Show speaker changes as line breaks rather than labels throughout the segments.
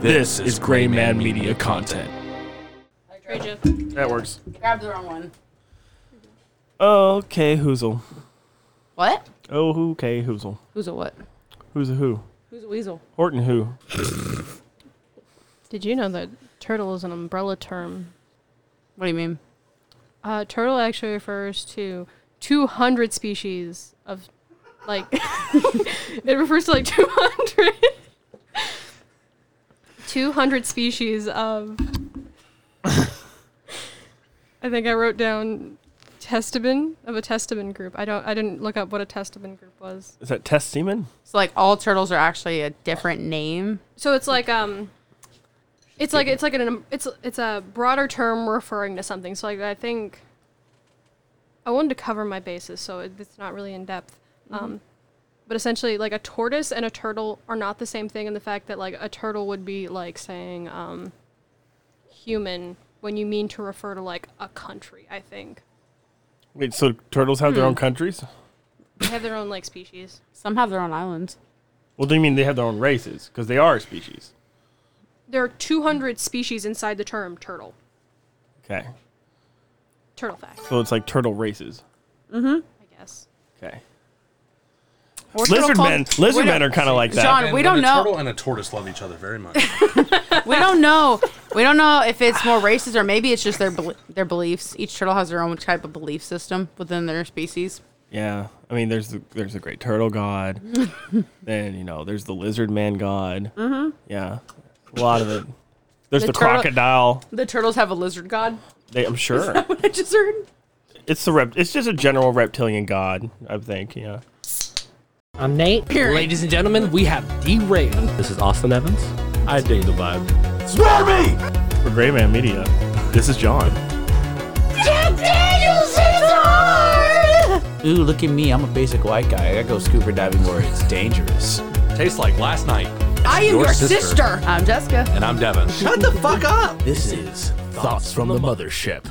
This is Gray Man Media content.
Trade you.
That works.
Grab the wrong one.
Okay, whoozle.
What?
Oh, okay, whoozle.
Who's a what?
Who's a who?
Who's a weasel?
Horton who?
Did you know that turtle is an umbrella term?
What do you mean?
Uh, turtle actually refers to 200 species of, like, it refers to like 200, 200 species of. I think I wrote down testamen of a testamen group. I don't. I didn't look up what a testamen group was.
Is that Test Seaman?
So like all turtles are actually a different name.
So it's like um, it's like it's like an um, it's it's a broader term referring to something. So like I think I wanted to cover my bases, so it, it's not really in depth. Um, but essentially, like a tortoise and a turtle are not the same thing in the fact that like a turtle would be like saying um, human when you mean to refer to like a country. I think
Wait, so turtles have
Hmm.
their own countries?
they have their own like species.
Some have their own islands.
Well, do you mean they have their own races? Because they are a species.
There are 200 species inside the term turtle.
Okay.
Turtle fact,
So it's like turtle races.
I guess.
Okay.
Or turtle
Lizard
called-
men. Lizard
we
men
don't-
are kind of like that.
John,
And
we
when
don't
a
know.
turtle and a tortoise love each other very much.
We don't know. We don't know if it's more races or maybe it's just their bel- their beliefs. Each turtle has their own type of belief system within their species.
Yeah, I mean, there's the, there's the great turtle god. then you know, there's the lizard man god. Mm-hmm. Yeah, a lot of it. There's the,
The turtle-
crocodile.
The turtles have a lizard god.
They, I'm sure
What I just heard.
it's the rep. It's just a general reptilian god. I think. Yeah.
I'm Nate. Ladies and gentlemen, we have D Ray. This is Austin Evans. I dig the vibe.
For Gray Man Media, this is John.
Ooh, look at me. I'm a basic white guy. I go scuba diving where it's dangerous.
Tastes like last night.
I am
Your
your
sister.
sister. I'm Jessica.
And I'm Devin.
Shut the fuck up. This is Thoughts from the Mothership.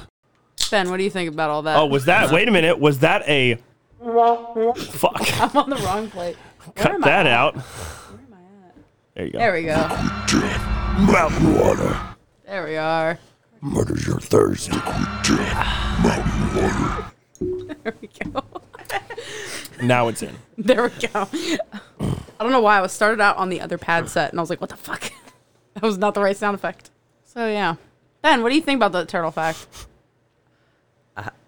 Ben, what do you think about all that?
Oh, was that? Wait a minute. Was that a? Fuck.
I'm on the wrong plate.
Cut
am I
that
at?
out. There you go.
There we go.
Mountain water
There we are.
murders your thirst.
There we go.
Now it's in.
There we go. I don't know why I was started out on the other pad set and I was like, what the fuck? that was not the right sound effect. So yeah. Ben, what do you think about the turtle fact?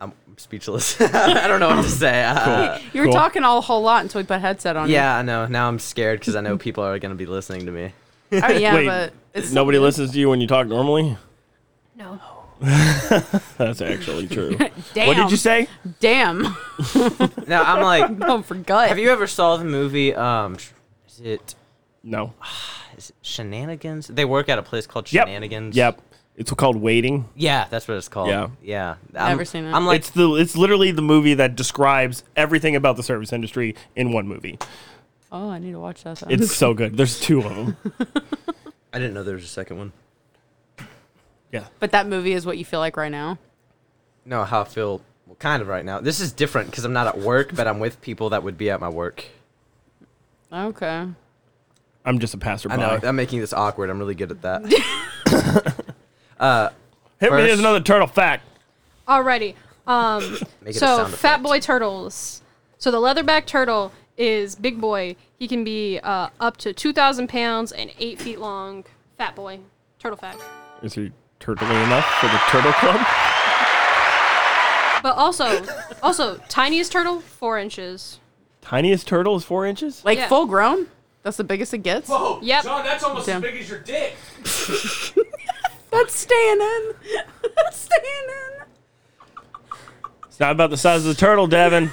I'm speechless. I don't know what to say. Uh,
You were
Cool.
talking all a whole lot until we put headset on.
Yeah, I know. Now I'm scared because I know people are going to be listening to me.
you. I mean, Oh, yeah,
Wait,
but it's
Nobody listens to you when you talk normally.
No.
That's actually true.
damn.
What did you say?
Damn.
No, I'm like,
Oh, forgot.
have you ever saw the movie? Um, sh- is it
No.
is it Shenanigans? They work at a place called
Yep.
Shenanigans.
Yep. It's called waiting.
Yeah, that's what it's called.
Yeah.
Yeah. I'm,
Never seen it.
I'm like,
it's the it's literally the movie that describes everything about the service industry in one movie.
Oh, I need to watch that. then.
It's so good. There's two of them.
I didn't know there was a second one.
Yeah.
But that movie is what you feel like right now.
No, how I feel well, kind of right now. This is different because I'm not at work, but I'm with people that would be at my work.
Okay.
I'm just a passerby.
I know. I'm making this awkward. I'm really good at that.
Hit me with
First-
another turtle fact.
Alrighty. Um,
Make it a
so
sound
fat
effect.
boy turtles. So the leatherback turtle is big boy. He can be uh, up to two thousand pounds and eight feet long. Fat boy, turtle fact.
Is he turtling enough for the turtle club?
But also, also tiniest turtle, four inches.
Tiniest turtle is four inches.
Like
Yeah.
full grown? That's the biggest it gets?
Yep.
Oh, that's almost
Damn.
big as your dick.
That's staying in. That's staying in.
It's not about the size of the turtle, Devin.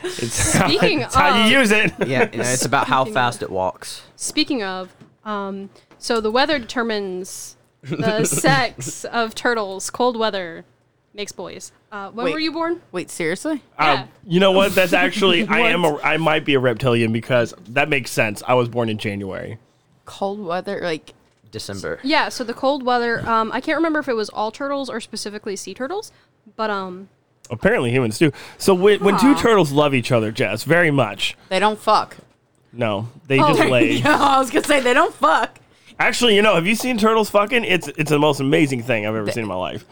it's how,
Speaking
it's how you
of-
use it.
yeah, you know, it's about how fast it walks.
Speaking of, um, so the weather determines the sex of turtles. Cold weather makes boys. Uh, when
Wait.
were you born?
Wait, seriously?
Yeah.
Um, You know what? That's actually I am a I might be a reptilian because that makes sense. I was born in January.
Cold weather, like
December.
Yeah, so the cold weather, um, I can't remember if it was all turtles or specifically sea turtles, but um,
Apparently humans do. So when, when two turtles love each other, Jess, very much,
they don't fuck.
No, they
Oh,
just lay.
yeah, I was gonna say they don't fuck.
Actually, you know, have you seen turtles fucking? It's it's the most amazing thing I've ever seen in my life.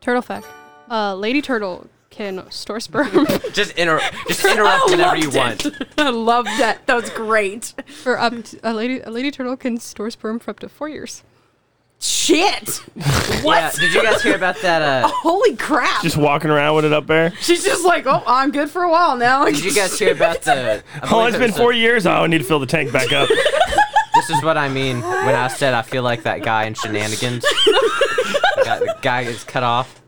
Turtle fact. Uh, Lady Turtle can store sperm
Just inter- just interrupt whenever you want.
I love that. That was great.
for up to, a lady a lady turtle can store sperm for up to four years.
Shit.
Yeah, did you guys hear about that? Uh,
Holy crap.
Just walking around with it up there.
She's just like, oh, I'm good for a while now.
did you guys hear about the? I
Oh,
believe
it's
it
been
was a-
four years. Oh, I need to fill the tank back up.
This is what I mean when I said I feel like that guy in Shenanigans. the, guy, the guy is cut off.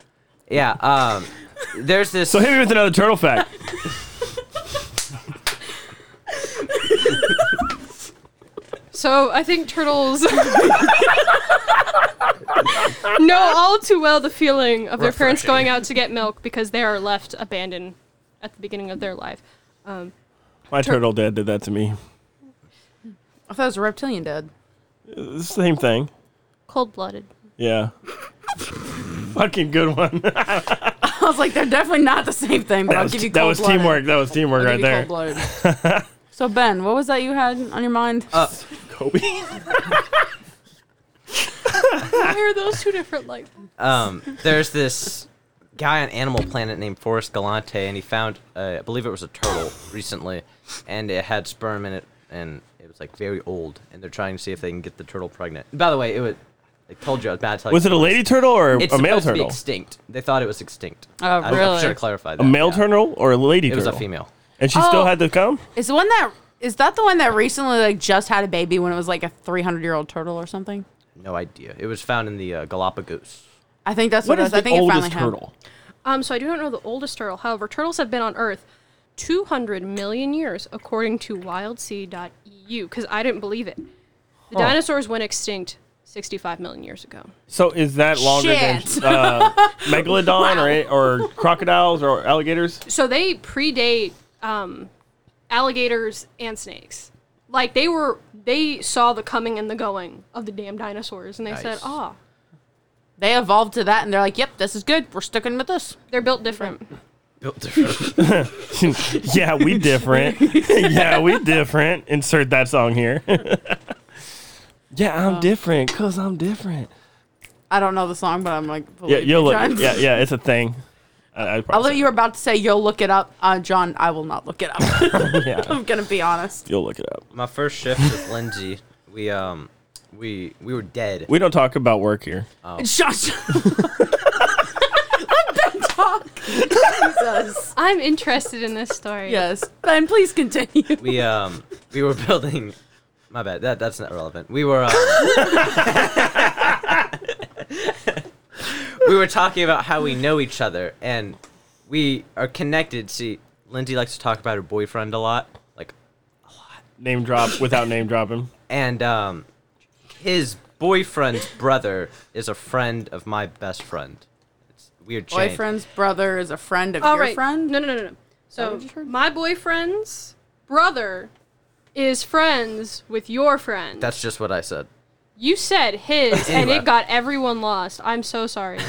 Yeah. Um. There's this.
So hit me with another turtle fact.
So I think turtles know all too well the feeling of their parents
Refreshing.
going out to get milk because they are left abandoned at the beginning of their life.
My turtle dad did that to me.
I thought it was a reptilian dead.
Same thing.
Cold blooded.
Yeah. Fucking good one. that
I was like, they're definitely not the same thing, but I'll
was,
give you
that
cold
was teamwork. That was teamwork right there.
so Ben, what was that you had on your mind?
Uh,
Kobe.
Why are those two different like
um. There's this guy on Animal Planet named Forrest Galante, and he found, uh, I believe it was a turtle recently, and it had sperm in it, and it was like very old, and they're trying to see if they can get the turtle pregnant. By the way, it was. I told you I was bad. Telling
Was
you.
it a lady turtle or
It's
a male
supposed to be
turtle?
extinct. They thought it was extinct.
Oh,
I-
really?
I should have clarified that.
A male
yeah.
turtle or a lady
It
turtle?
was a female.
And she still
Oh.
had to come?
Is the one that is that the one that recently like just had a baby when it was like a 300 year old turtle or something?
No idea. It was found in the uh, Galapagos.
I think that's what,
What
it
is
is. I
the
think it finally
oldest
happened.
turtle?
Um, so I do not know the oldest turtle. However, turtles have been on Earth 200 million years, according to wildsea.eu, because E I didn't believe it. The dinosaurs went extinct 65 million years ago.
So is that longer
Shit.
than uh, megalodon or or crocodiles or alligators?
So they predate um, alligators and snakes. Like they were, they saw the coming and the going of the damn dinosaurs, and they said,
Nice.
"Ah,
They evolved to that, and they're like, "Yep, this is good. We're sticking with this."
they're built different."
Built different.
yeah, we different. yeah, we different. Insert that song here. yeah, I'm different because I'm different.
I don't know the song, but I'm like,
Yeah,
believe
you'll
me,
look.
John.
Yeah, yeah, it's a thing. I, I
Although
promise.
you were about to say you'll look it up, uh, John, I will not look it up.
Yeah,
I'm gonna be honest.
you'll look it up.
My first shift with Lindsay, we um, we we were dead.
We don't talk about work here.
Josh, Let them talk. Jesus.
I'm interested in this story.
Yes, Ben, please continue.
We um, we were building. My bad. That that's not relevant. We were. Um, we were talking about how we know each other and we are connected. See, Lindsay likes to talk about her boyfriend a lot. Like
Name drop without name dropping.
and um, his boyfriend's brother is a friend of my best friend. It's a weird. Chain.
Boyfriend's brother is a friend of
All
your
right.
friend.
No, no, no, no, no. So my boyfriend's brother is friends with your friend.
That's just what I said.
you said his, and
Anyway.
it got everyone lost. I'm so sorry.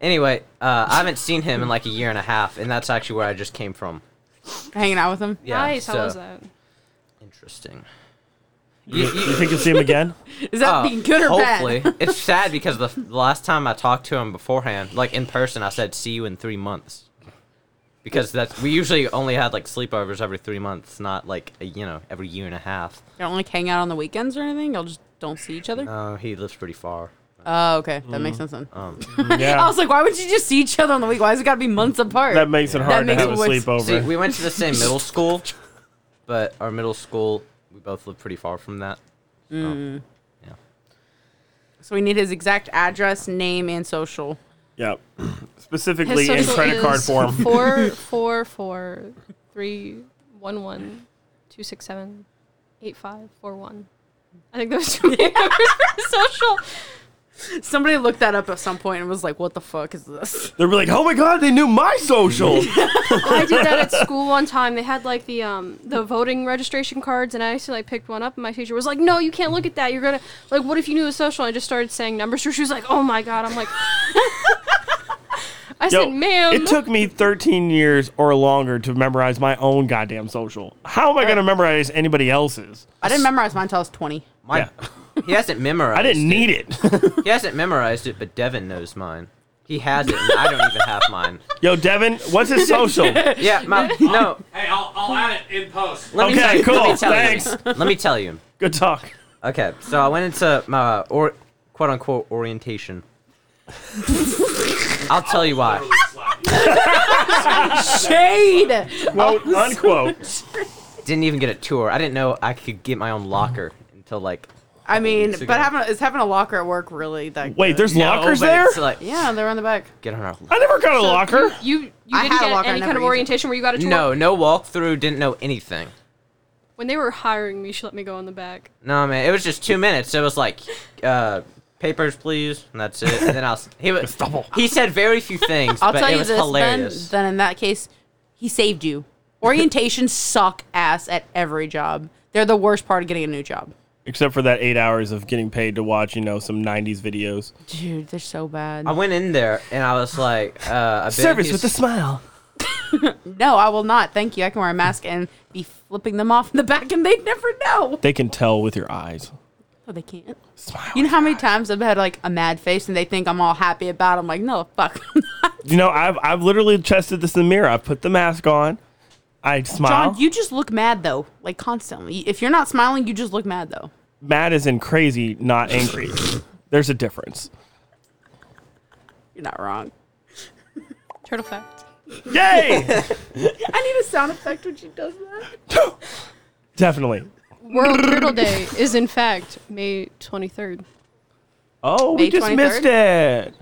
Anyway, uh, I haven't seen him in like a year and a half, and that's actually where I just came from.
Hanging out with him.
Yeah,
nice. How
so-
was that?
Interesting. You, oh,
You think you'll see him again?
Is that being good or
hopefully.
bad?
it's sad because the, the last time I talked to him beforehand, like in person, I said, "See you in three months," because that's we usually only had like sleepovers every three months, not like a, you know every year and a half.
You don't like hang out on the weekends or anything. Y'all just don't see each other.
Uh, he lives pretty far.
Oh, okay, that makes sense then.
Oh.
I
Yeah,
was like, why would you just see each other on the week? Why has it got to be months apart?
that makes it hard
makes
to have
it
a
worse.
sleepover.
See, we went to the same middle school, but our middle school, we both live pretty far from that. So, yeah.
so we need his exact address, name, and social.
yeah, specifically in credit card form.
Four four four three one one two six seven eight five four one. I think those two numbers for social.
Somebody looked that up at some point and was like, what the fuck is this?
They'll be like, "Oh my god, they knew my social."
I did that at school one time. They had like the um the voting registration cards, and I actually like picked one up, and my teacher was like, "No, you can't look at that. You're gonna like, what if you knew the social?" And I just started saying numbers. So she was like, "Oh my god!" I'm like, I
Yo,
said, ma'am.
It took me 13 years or longer to memorize my own goddamn social. How am I going to memorize anybody else's?
I didn't memorize mine until I was 20.
My,
Yeah.
He hasn't memorized.
I didn't
it.
need it.
He hasn't memorized it, but Devin knows mine. He has it, and I don't even have mine.
Yo, Devin, what's his social? okay,
Yeah, my, no.
Hey, I'll, I'll add it in post.
Let me tell, Let
cool.
me tell
Thanks.
you. Let me tell you.
Good talk.
Okay, so I went into my or, quote unquote orientation. I'll tell you why.
Shade!
Quote unquote.
Didn't even get a tour. I didn't know I could get my own locker until like.
I mean,
It's a
but
good-
having is having a locker at work really that
Wait, there's
No,
lockers
but
there?
It's like,
Yeah, they're on the back.
Get on our.
I never got a locker.
You, you
I
didn't
had a
get
locker, I
any kind
never
of
used it.
orientation where you got a tour?
No, no walkthrough. Didn't know anything.
When they were hiring me, she let me go in the back.
No man, it was just two minutes. It was like, uh, papers please, and that's it. And then I was he was he said very few things,
I'll
but
tell
it
you
was
this,
hilarious.
Ben. Then in that case, he saved you. Orientations suck ass at every job. They're the worst part of getting a new job.
Except for that eight hours of getting paid to watch, you know, some 90s videos.
Dude, they're so bad.
I went in there and I was like, uh, a bit confused.
smile.
no, I will not. Thank you. I can wear a mask and be flipping them off in the back, and they'd never know.
They can tell with your eyes.
No, they can't.
Smile.
You know how many times I've had like a mad face, and they think I'm all happy about. it? I'm like, no, fuck.
You know, I've I've literally tested this in the mirror. I've put the mask on. I smile.
John, you just look mad though, like constantly. If you're not smiling, you just look mad though.
Mad is in crazy, not angry. There's a difference.
You're not wrong.
Turtle fact.
Yay!
I need a sound effect when she does that.
Definitely.
World Turtle Day is, in fact, May 23rd.
Oh, we
May
just
23rd?
missed it.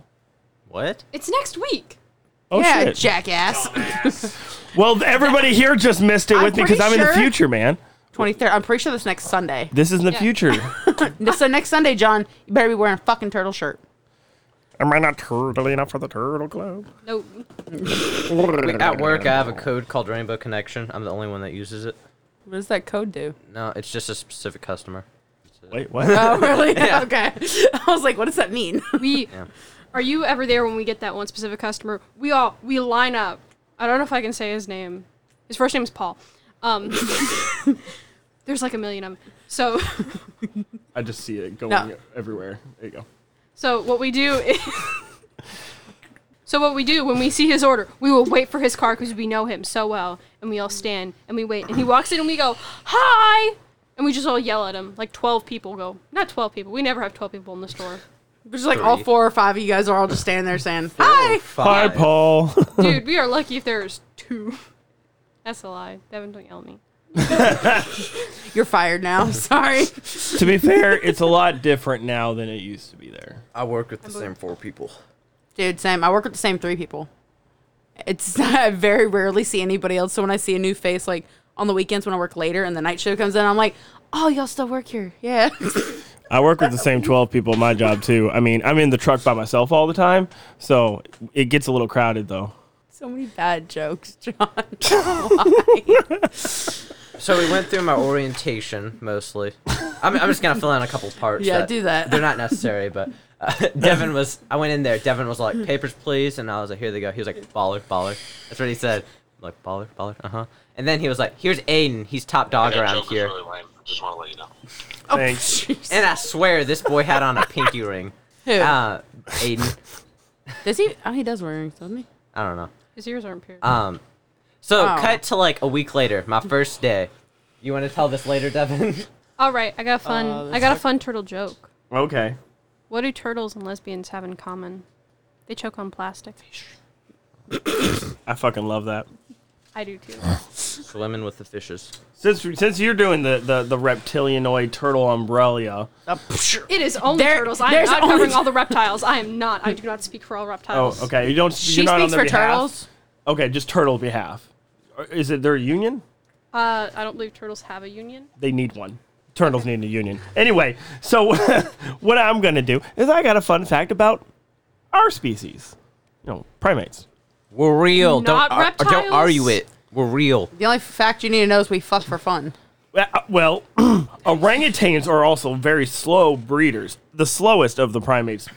What?
It's next week.
Oh
yeah,
shit.
jackass.
well, everybody here just missed it
I'm
with me because
pretty
I'm in the
sure-
future, man.
Twenty third. I'm pretty sure that's next Sunday.
This is in the future.
So next Sunday, John, you better be wearing a fucking turtle shirt.
Am I not turtle enough for the turtle club?
No,
At work, I have a code called Rainbow Connection. I'm the only one that uses it.
What does that code do?
No, it's just a specific customer.
Wait, what?
Oh, really? Okay. I was like, what does that mean?
we. Are you ever there when we get that one specific customer? We all we line up. I don't know if I can say his name. His first name is Paul. Um, there's like a million of them. So
I just see it going
No.
everywhere. There you go.
So what we do is. So what we do when we see his order, we will wait for his car because we know him so well, and we all stand and we wait. And he walks in and we go, "Hi!" and we just all yell at him. Like twelve people go, not twelve people. We never have twelve people in the store,
Just like all four or five of you guys are all just standing there saying,
Oh,
hi.
Hi,
Five.
Paul.
dude. we are lucky if there's two. That's a lie. Devin, don't yell at me.
You're fired now. Sorry.
to be fair, it's a lot different now than it used to be there.
I work with the same four people.
Dude, same. I work with the same three people. It's I very rarely see anybody else. So when I see a new face, like on the weekends when I work later and the night show comes in, I'm like, oh, y'all still work here. Yeah.
I work with the same 12 people at my job, too. I mean, I'm in the truck by myself all the time, so it gets a little crowded, though.
so many bad jokes, John.
So we went through my orientation mostly. I'm, I'm just gonna fill in a couple parts.
Yeah, do that.
They're not necessary, but uh, Devin was. I went in there. Devin was like, "Papers, please," and I was like, "Here they go." He was like, "Baller, baller." That's what he said. I'm like baller, baller. Uh huh. And then he was like, "Here's Aiden. He's top dog
That
around
joke
here."
was really lame. Just want to let you know.
Thanks.
And I swear, this boy had on a pinky ring.
Who?
Uh, Aiden.
does he? Oh, he does wear earrings, doesn't he?
I don't know.
His ears aren't pierced.
Uh,
Um, so
Oh.
cut to like a week later, my first day. You want to tell this later, Devin?
all right, I got a fun. I got a fun turtle joke.
Okay.
What do turtles and lesbians have in common? They choke on plastic.
I fucking love that.
I do too.
Swimming with the fishes.
Since since you're doing the, the, the reptilianoid turtle umbrella,
It is only
There-
turtles. I am
there's
not
only-
covering all the reptiles. I am not. I do not speak for all
oh,
reptiles.
okay, you don't.
She
you're not on
speaks
their
for
behalf?
turtles.
Okay, just turtle behalf. Or Is it their union?
Uh, I don't believe turtles have a union.
They need one. Turtles need a union. Anyway, so what I'm gonna do is I got a fun fact about our species, you know, primates.
We're real.
Not
don't ar- or don't
reptiles?
argue it. We're real.
The only fact you need to know is we fuck for fun.
Uh, Well, orangutans are also very slow breeders, the slowest of the primates.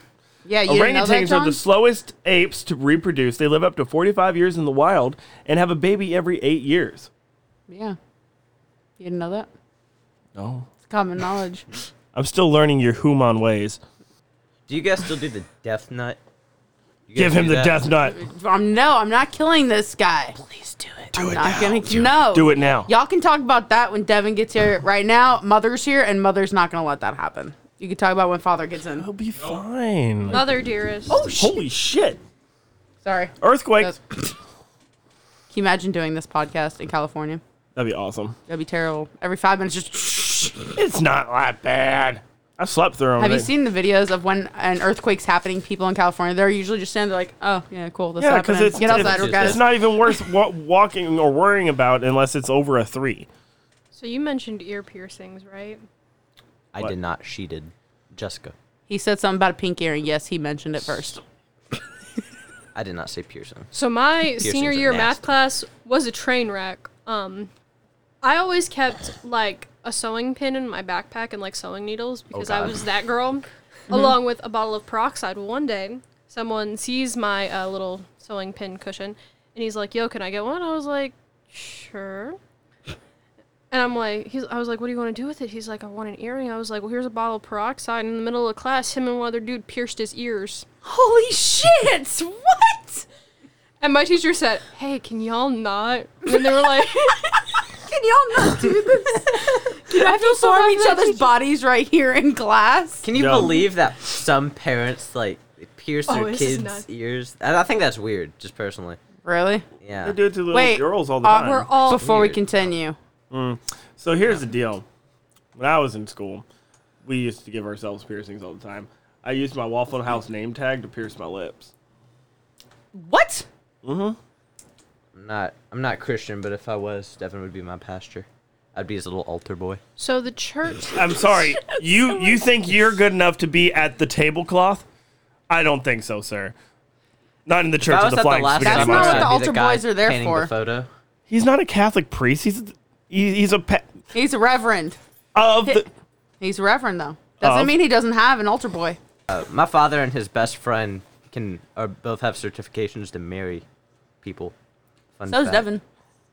Yeah, you didn't know that,
Orangutans are
John?
the slowest apes to reproduce. They live up to 45 years in the wild and have a baby every eight years.
Yeah. You didn't know that?
No.
It's common knowledge.
I'm still learning your human ways.
Do you guys still do the death nut? You guys
Give him
do
the
that?
death nut.
Um, no, I'm not killing this guy. Please do it. I'm not gonna no.
Do it now.
Y'all can talk about that when Devin gets here. Right now, Mother's here, and Mother's not gonna let that happen. You can talk about when Father gets in. He'll
be fine.
Mother dearest.
Oh shit!
Holy shit!
Sorry.
Earthquake.
That's- Can you imagine doing this podcast in California?
That'd be awesome.
That'd be terrible. Every five minutes, just.
It's not that bad. I slept through them.
Have you
They-
seen the videos of when an earthquake's happening? People in California, they're usually just standing there like, "Oh yeah, cool, this
Yeah,
happening.
because it's,
Get outside,
it's,
we're guys."
it's not even worth wa- walking or worrying about unless it's over a three.
So you mentioned ear piercings, right?
I did not. She did. Jessica.
He said something about a pink earring. Yes, he mentioned it first.
I did not say Pearson.
So my
Piercings
senior
are
year math
nasty.
class was a train wreck. Um, I always kept like a sewing pin in my backpack and like sewing needles because I
Oh, God. Mm-hmm.
was that girl, along with a bottle of peroxide. Well, one day, someone sees my uh, little sewing pin cushion, and he's like, "Yo, can I get one?" I was like, "Sure." And I'm like, he's, I was like, what do you want to do with it? He's like, I want an earring. I was like, well, here's a bottle of peroxide. And in the middle of class, him and one other dude pierced his ears.
Holy shit! What?
And my teacher said, "Hey, can y'all not?" And they were like,
Can y'all not do this? Can I feel so
so bad
each
for that
other's
teacher.
bodies right here in glass?
Can you
Yo.
believe that some parents like pierce
Oh,
their
this is
kids'
nuts.
ears? And I think that's weird, just personally.
Really?
Yeah.
They do it to little
Wait,
girls all the
uh,
time.
"We're all
Before we
weird.
continue,
So here's the deal. When I was in school, we used to give ourselves piercings all the time. I used my Waffle House name tag to pierce my lips.
what?
I'm not. I'm not Christian, but if I was, Devin would be my pastor. I'd be his little altar boy.
So the church.
I'm sorry. you you think you're good enough to be at the tablecloth? I don't think so, sir. Not in the Church
if
of
I was
the
at the
Flying
last
Spaghetti
That's not what
Monster.
the
I'd be
altar
guy
boys are there
painting
for.
The photo.
He's not a Catholic priest. He's he- he's a pe-
He's a reverend.
of the.
He's a reverend though. Doesn't
Of?
mean he doesn't have an altar boy.
Uh, my father and his best friend can are both have certifications to marry people. Fun
So is
fact.
Devin.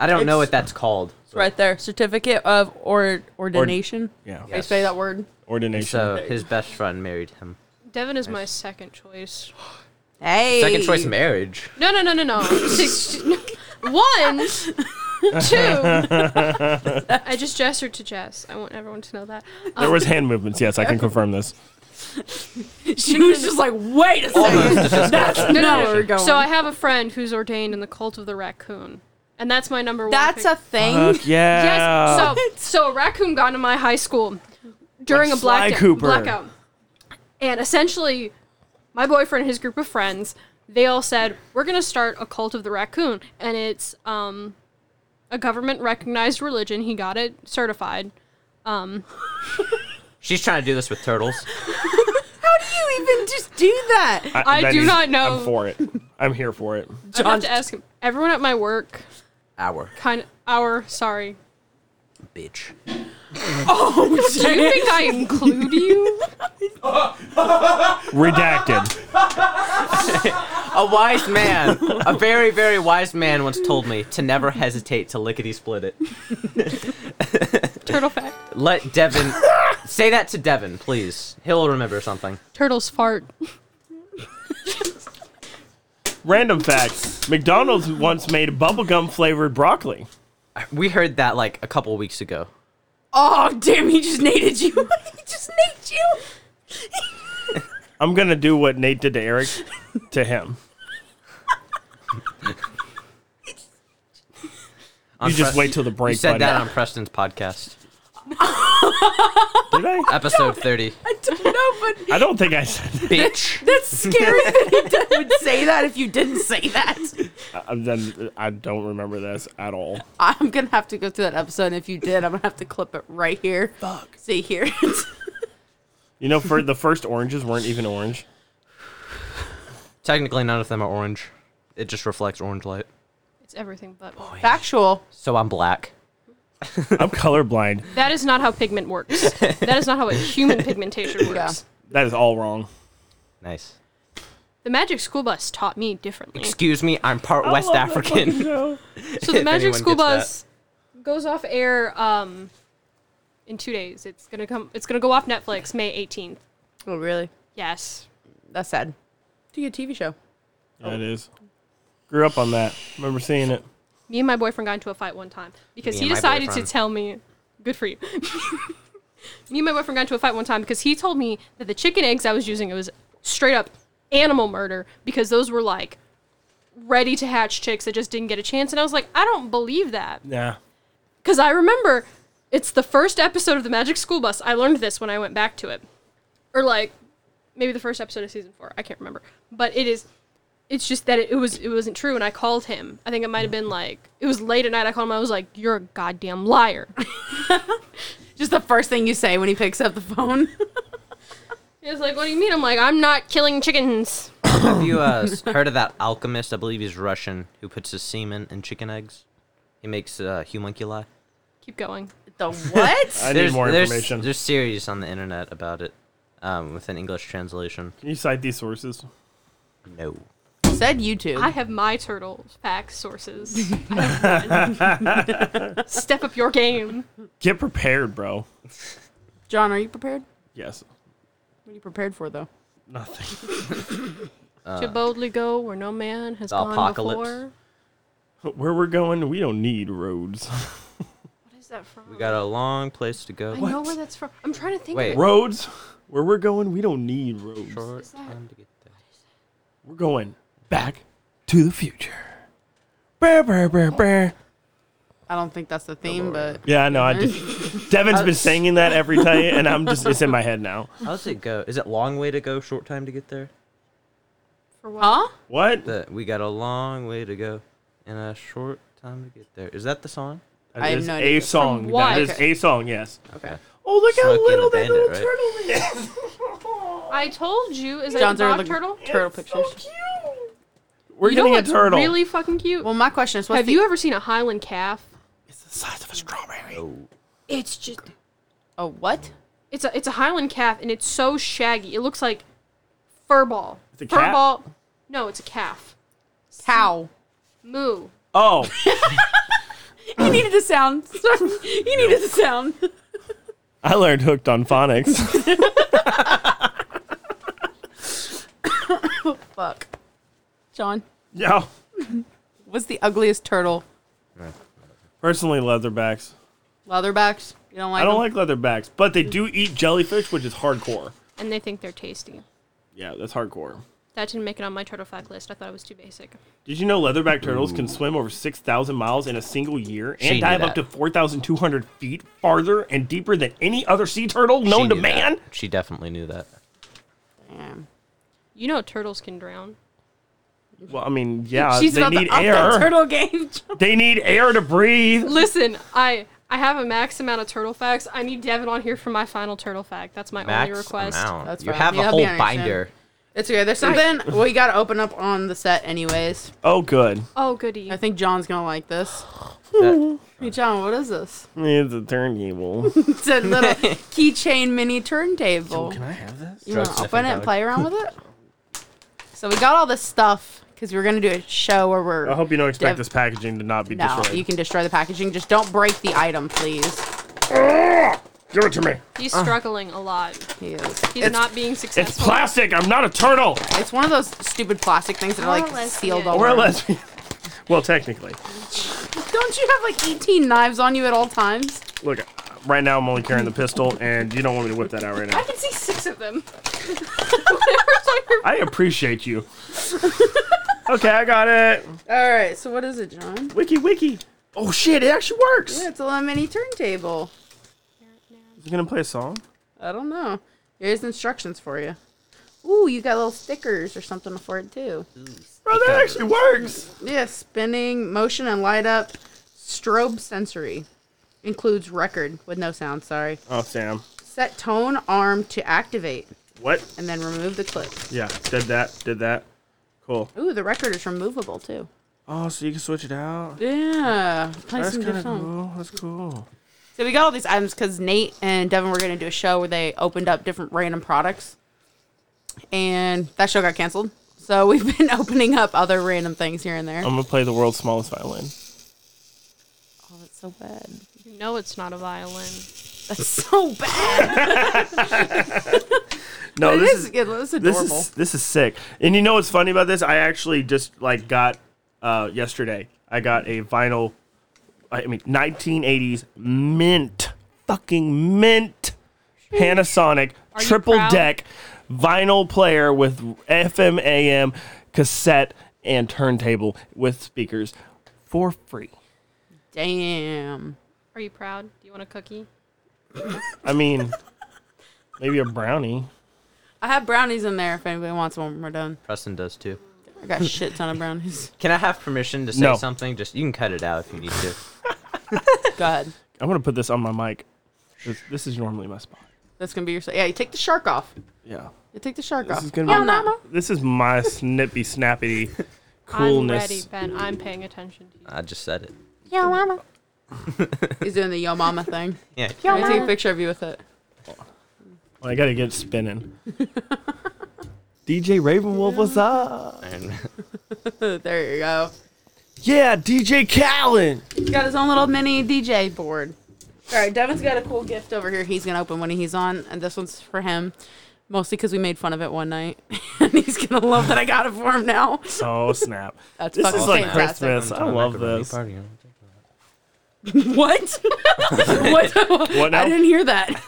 I don't know
It's-
what that's called.
It's right there. Certificate of or ordination.
Yeah.
I say that word.
Ordination.
So his best friend married him.
Devin is my second choice.
Hey.
Second choice marriage.
No, no, no, no, no. Six- One, two. I just gestured to Jess. I want everyone to know that.
there
uh,
was hand movements. Yes, I can confirm this.
She was just like, wait a second. That's not where we're going.
Um, So I have a friend who's ordained in the cult of the raccoon, and that's my number one.
That's
pick.
a thing.
Fuck yeah.
Yes. So, so a raccoon got into my high school during
Oh. Like
a black
Sly Cooper.
blackout, and essentially, my boyfriend and his group of friends, they all said we're gonna start a cult of the raccoon, and it's um, a government recognized religion. He got it certified.
She's trying to do this with turtles.
How do you even just do that?
I
that
do
is-
not know.
I'm for it. I'm here for it.
I have to ask him. Everyone at my work,
Our
kind of our sorry.
bitch.
Do you think I include you?
Redacted.
A wise man, a very, very wise man once told me to never hesitate to lickety split it.
Turtle fact.
Let Devin say that to Devin, please. He'll remember something.
Turtles fart.
Random fact: McDonald's once made bubblegum flavored broccoli.
We heard that like a couple weeks ago.
Oh, damn, he just needed you. he just needs you.
I'm gonna do what Nate did to Eric, to him.
On
You just
Pres-
wait till the
You
break,
said
buddy.
that on Preston's podcast,
Did I?
episode thirty.
I don't know, but
I don't think I said that.
Bitch.
that's scary that he would say that if you didn't say that.
I- Then I don't remember this at all.
I'm going to have to go through that episode. And if you did, I'm going to have to clip it right here. Fuck. See here.
You know, for the first oranges weren't even orange.
Technically, none of them are orange. It just reflects orange light.
It's everything but.
Factual.
So I'm black.
I'm colorblind.
That is not how pigment works. that is not how a human pigmentation works.
Yeah.
That is all wrong.
Nice.
The Magic School Bus taught me differently.
Excuse me, I'm part
I
West
love that
African.
fucking
so
the Magic School Bus goes off air um, in two days. It's gonna come. It's gonna go off Netflix May 18th.
Oh, really?
Yes.
That's sad. Do you a TV show?
Yeah, it is. Grew up on that. Remember seeing it.
Me and my boyfriend got into a fight one time because
Me
he
and my
decided to
boyfriend.
tell me. Good for you. me and my boyfriend got into a fight one time because he told me that the chicken eggs I was using it was straight up animal murder because those were like ready to hatch chicks that just didn't get a chance, and I was like, I don't believe that.
Yeah.
Because I remember it's the first episode of The Magic School Bus. I learned this when I went back to it. Or like maybe the first episode of season four. I can't remember. But it is it's just that it, it was it wasn't true and I called him. I think it might have been like it was late at night, I called him, I was like, You're a goddamn liar.
Just the first thing you say when he picks up the phone.
He was like, What do you mean? I'm like, I'm not killing chickens.
Have you uh, s- heard of that alchemist? I believe he's Russian who puts his semen in chicken eggs. He makes uh, humunculi.
Keep going.
The what?
I need
There's-
more
there's-
information.
There's series on the internet about it, um, with an English translation.
Can you cite these sources?
No.
Said YouTube.
I have my turtle facts sources. I have none. Step up your game.
Get prepared, bro.
John, are you prepared?
Yes.
What are you prepared for though?
Nothing.
Uh,
to boldly go where no man has
the
gone
apocalypse.
before.
Where we're going, we don't need roads.
What is that from?
We got a long place to go.
I know where that's from. I'm trying to think.
Wait.
Of it.
Roads? Where we're going, we don't need roads. We're going back to the future. Brr, brr, brr, brr.
I don't think that's the theme, but
Yeah, I know. I just Devin's been singing that every day, and I'm just it's in my head now.
How does it go? Is it long way to go, short time to get there?
For
Huh?
What?
The, we got a long way to go and a short time to get there. Is that the song?
That is a song. That is a song. Yes.
Okay.
Oh, look
Smokey and
how little
the
that little
Bandit, right?
turtle is.
I told you. Is
John's
that a
are
dog
looking
turtle?
turtle pictures.
We're
you know
getting a
what's
turtle.
Really fucking cute.
Well, my question is, what's
have
the-
you ever seen a Highland calf? Oh. It's just
a Oh, what?
it's a it's a Highland calf, and it's so shaggy. It looks like fur ball.
It's a
fur
cat?
ball. No, it's a calf.
Cow.
Moo.
Oh,
You needed the sound. Sorry. You needed the sound.
I learned hooked on phonics.
Fuck. John,
yeah.
what's the ugliest turtle?
Personally, leatherbacks.
Leatherbacks. You don't like
I don't like
them?
leatherbacks, but they do eat jellyfish, which is hardcore.
And they think they're tasty.
Yeah, that's hardcore.
That didn't make it on my turtle fact list. I thought it was too basic.
Did you know leatherback turtles can swim over 6,000 miles in a single year and
She knew
dive up to
that.
4,200 feet farther and deeper than any other sea turtle
She
known to
knew that.
man?
She definitely knew that.
You know turtles can drown.
Well, I mean, yeah,
She's
Uh, they
about
need
to up that
air.
turtle game.
They need air to breathe.
Listen, I I have a max amount of turtle facts. I need Devin on here for my final turtle fact. That's my
Max
only request.
amount.
That's
you
fine.
have
Yeah,
a
that'd be
whole
nice,
binder.
It's okay. There's something we got to open up on the set, anyways.
Oh, good.
Oh goody.
I think John's gonna like this.
That-
Hey, John, what is this?
It's a turntable.
It's a little keychain mini turntable.
I have this?
You want to open it and play around with it? So we got all this stuff because we're gonna do a show where we're.
I hope you don't expect
Dev-
this packaging to not be
No,
destroyed.
you can destroy the packaging. Just don't break the item, please.
Give it to me.
He's struggling a lot.
He is.
He's not being successful.
It's plastic. I'm not a turtle.
It's one of those stupid plastic things that are
We're a
like sealed
lesbian.
all
We're a
around.
lesbian. Well, technically.
Don't you have like 18 knives on you at all times?
Look, right now I'm only carrying the pistol, and you don't want me to whip that out right
I
now.
can see six of them.
I appreciate you. Okay, I got it.
All right. So what is it, John?
Wiki, wiki. Oh shit! It actually works.
Yeah, it's a little mini turntable.
Is it gonna play a song?
I don't know. Here's instructions for you. Ooh, you got little stickers or something for it too.
Bro, that actually works.
Yeah, spinning, motion, and light up. Strobe sensory includes record with no sound. Sorry.
Oh, Sam.
Set tone arm to activate,
What?
and then remove the clip.
Yeah, did that. Did that. Cool.
Ooh, the record is removable too.
Oh, so you can switch it out.
Yeah, play
That's
some
kind
good
of
songs.
cool. That's cool.
So we got all these items because Nate and Devin were going to do a show where they opened up different random products, and that show got canceled. So we've been opening up other random things here and there.
Um,
I'm gonna play the world's smallest violin.
oh, that's so bad.
You know it's not a violin.
That's so bad.
No, Oh,
But it
this
is
is
good. It's
this
adorable.
is this is sick. And you know what's funny about this? I actually just like got uh, yesterday. I got a vinyl. I mean, 1980s mint, fucking mint, Panasonic
you
triple
proud?
deck vinyl player with FM AM cassette and turntable with speakers for free.
Damn.
Are you proud? Do you want a cookie?
I mean, maybe a brownie.
I have brownies in there if anybody wants one when we're done.
Preston does too.
I got a shit ton of brownies.
Can I have permission to say
No.
something? Just you can cut it out if you need to.
Go ahead.
I'm gonna put this on my mic. This, this is normally my spot.
That's gonna be your. Yeah, you take the shark off.
Yeah.
You take the shark
This
off.
is gonna be.
Yeah, Mama.
This is my snippy snappy
I'm ready,
coolness.
Ben. I'm paying attention to you.
I just said it.
Yo mama. He's doing the yo mama thing.
Yeah.
Yo
Yo
I'm gonna take a
mama.
picture of you with it.
I gotta get spinning. DJ Ravenwolf, what's up?
there you go.
Yeah, DJ Callen.
He's got his own little mini DJ board. All right, Devin's got a cool gift over here. He's gonna open when he's on, and this one's for him, mostly because we made fun of it one night, and he's gonna love that I got it for him now.
Oh snap!
That's
this
fucking
is like
fantastic.
Christmas. I love this.
what? what?
What now?
I didn't hear that.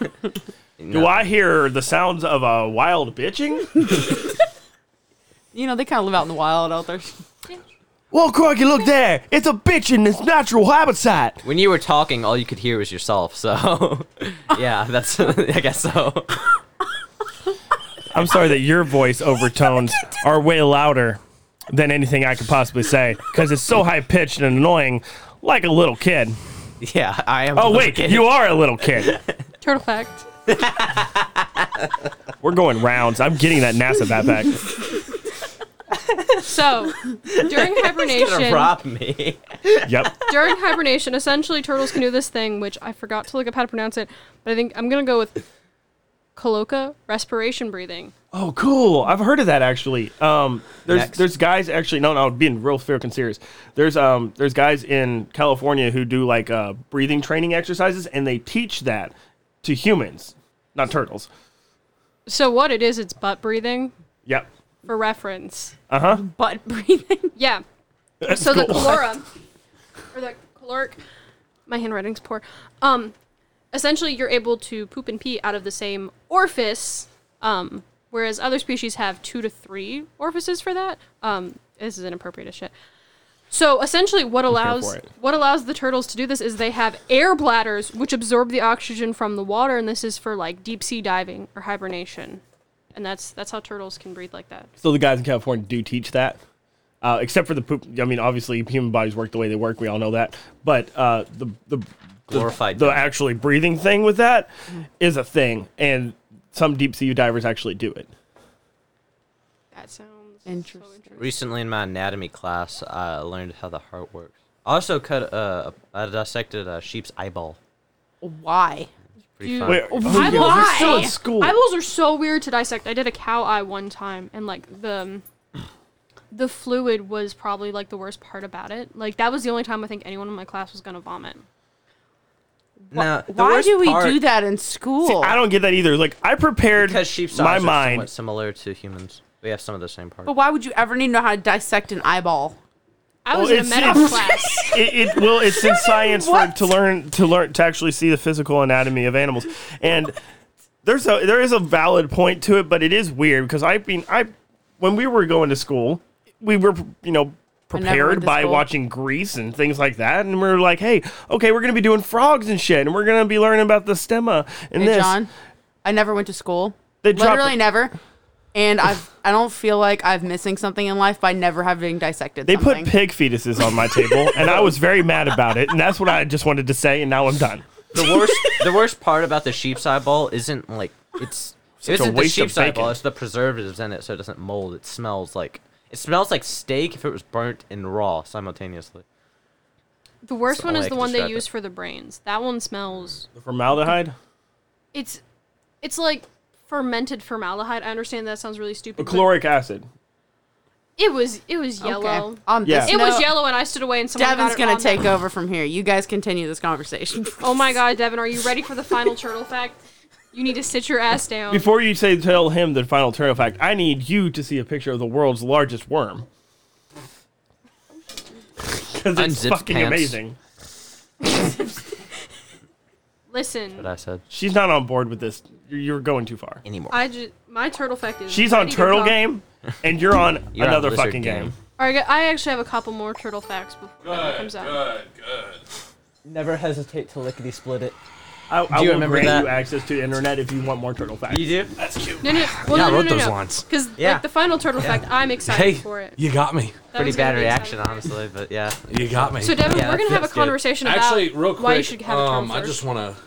Do I hear the sounds of a wild bitching?
You know they kind of live out in the wild out there.
Well, Crocky, look there. It's a bitch in its natural habitat.
When you were talking, all you could hear was yourself. So, yeah, that's I guess so.
I'm sorry that your voice overtones are way louder than anything I could possibly say because it's so high pitched and annoying, like a little kid.
Yeah, I am.
Oh wait, you are a little kid.
Turtle fact.
We're going rounds. I'm getting that NASA backpack.
So, during hibernation,
me.
Yep.
during hibernation, essentially turtles can do this thing, which I forgot to look up how to pronounce it, but I think I'm gonna go with cloaca respiration breathing.
Oh, cool. I've heard of that actually. Um, there's
Next.
there's guys actually. No, no, I'm being real freaking serious. There's um there's guys in California who do like uh, breathing training exercises, and they teach that to humans, not turtles.
So what it is, it's butt breathing
Yep.
for reference.
Uh huh.
Butt breathing.
Yeah.
That's
so the
cool.
calora or the caloric my handwriting's poor. Um essentially you're able to poop and pee out of the same orifice. Um whereas other species have two to three orifices for that. Um this is inappropriate as shit. So essentially what allows
for it.
what allows the turtles to do this is they have air bladders which absorb the oxygen from the water and this is for like deep sea diving or hibernation. And that's that's how turtles can breathe like that.
So the guys in California do teach that, uh, except for the poop. I mean, obviously human bodies work the way they work. We all know that. But uh, the the
Glorified
the, the
death.
actually breathing thing with that is a thing, and some deep sea divers actually do it.
That sounds
Interesting.
Recently in my anatomy class, I learned how the heart works. I also cut uh, I dissected a sheep's eyeball.
Why?
Pretty
Dude.
fun.
Wait, oh,
Eyeballs
yeah, we're
are
still
so-
in school.
Eyeballs are so weird to dissect. I did a cow eye one time, and like the um, the fluid was probably like the worst part about it. Like that was the only time I think anyone in my class was gonna vomit.
Now, the
Why
worst
do we
part-
do that in school?
See, I don't get that either. Like I prepared
Because sheep's
my
eyes are
mind.
somewhat similar to humans. We have some of the same parts.
but why would you ever need to know how to dissect an eyeball?
I
Well,
was in a
it's-
medical
it's-
class.
It, it well, it's in science for, to learn to learn to actually see the physical anatomy of animals, and there's a there is a valid point to it, but it is weird because I've been I when we were going to school, we were you know
never went
prepared
to
by
school.
watching Grease and things like that, and we were like, hey, okay, we're gonna be doing frogs and shit, and we're gonna be learning about the stemma and
Hey,
this.
John, I never went to school.
They drop-
Literally never. And I've I don't feel like I've missing something in life by never having dissected
They
something.
put pig fetuses on my table, and I was very mad about it, and that's what I just wanted to say, and now I'm done.
the worst the worst part about the sheep's eyeball isn't like it's
a
it isn't the
waste of
sheep's eyeball
bacon.
it's the preservatives in it so it doesn't mold it smells like it smells like steak if it was burnt and raw simultaneously
The worst
That's
one
all
is
I
the
can
one they
describe
use
it.
for the brains. That one smells.
The formaldehyde.
It's it's like fermented formaldehyde. I understand that sounds really stupid. but
Chloric acid.
It was it was yellow.
On Um, this
it was
note-
yellow, and I stood away, and someone
Devin's
got it
gonna
wrong.
take over from here. You guys continue this conversation.
Oh my god, Devin, are you ready for the final turtle fact? You need to sit your ass down.
Before you say tell him the final turtle fact, I need you to see a picture of the world's largest worm. Because it's
Unzipped
fucking
pants.
amazing.
Listen,
I said.
She's not on board with this. You're, you're going too far.
Anymore.
I just my turtle fact is
She's on
ready to
Turtle
go.
Game, and you're on
You're on
another
Lizard
fucking game.
Game.
All right, I actually have a couple more turtle facts before it comes out.
good.
Never hesitate to lickety split it.
I,
Do
I
you
will
remember
grant
that?
you access to the internet if you want more turtle facts.
You do?
That's cute.
No, no, well,
Yeah, I
no,
wrote
no, no,
those
no.
ones.
Because
Yeah.
like the final turtle fact, I'm excited for it.
You got me.
That
Pretty
was gonna
bad
be
reaction, honestly, but yeah.
You got me.
So Devin,
Yeah,
we're gonna have a
that's good.
conversation about
Actually, real quick,
why you should have a
um,
turtle
I
first.
just want to.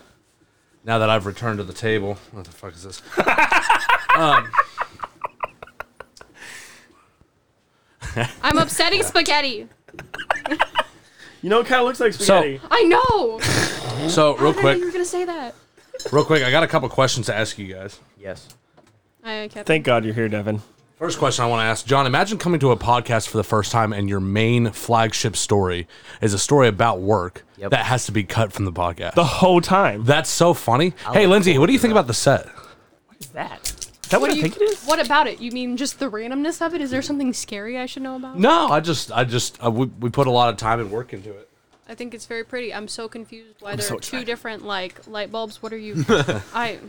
Now that I've returned to the table, what the fuck is this? um,
I'm upsetting spaghetti.
You know, it kind of looks like spaghetti.
I know. I
so real
didn't know you
quick,
were gonna say that.
real quick, I got a couple questions to ask you guys.
Yes.
I kept.
Thank God you're here, Devin.
First question I want to ask, John. Imagine coming to a podcast for the first time, and your main flagship story is a story about work that has to be cut from the podcast
The whole time.
That's so funny. hey, Lindsay, what do you think about the set?
that?
Is that what,
do
I
you,
think it is?
What about it? You mean just the randomness of it? Is there something scary I should know about?
No, I just, I just, uh, we, we put a lot of time and work into it.
I think it's very pretty. I'm so confused why
I'm
there
so
are two
excited.
different like light bulbs. What are you? I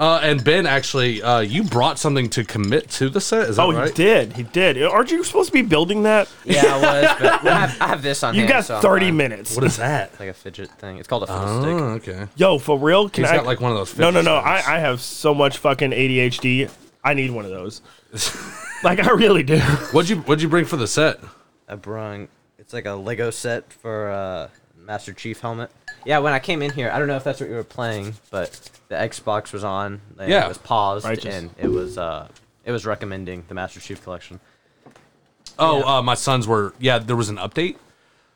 Uh, and Ben, actually, uh, you brought something to commit to the set. Is that
Oh,
right?
he did. He did. Aren't you supposed to be building that?
Yeah, I was, but I have, I have this on
You
hand,
got
so I'm
30
fine.
minutes.
What is that?
Like a fidget thing. It's called a fiddle
Oh,
stick.
okay.
Yo, for real? Can
He's
I,
got, like, one of those
No, no,
fidget
no. I, I have so much fucking ADHD. I need one of those. like I really do.
What'd you What'd you bring for the set?
I brung. It's like a Lego set for uh, Master Chief helmet. Yeah, when I came in here, I don't know if that's what you were playing, but the Xbox was on. And
Yeah.
it was paused,
Righteous.
and it was uh, it was recommending the Master Chief collection.
Oh, uh, my sons were. Yeah, there was an update,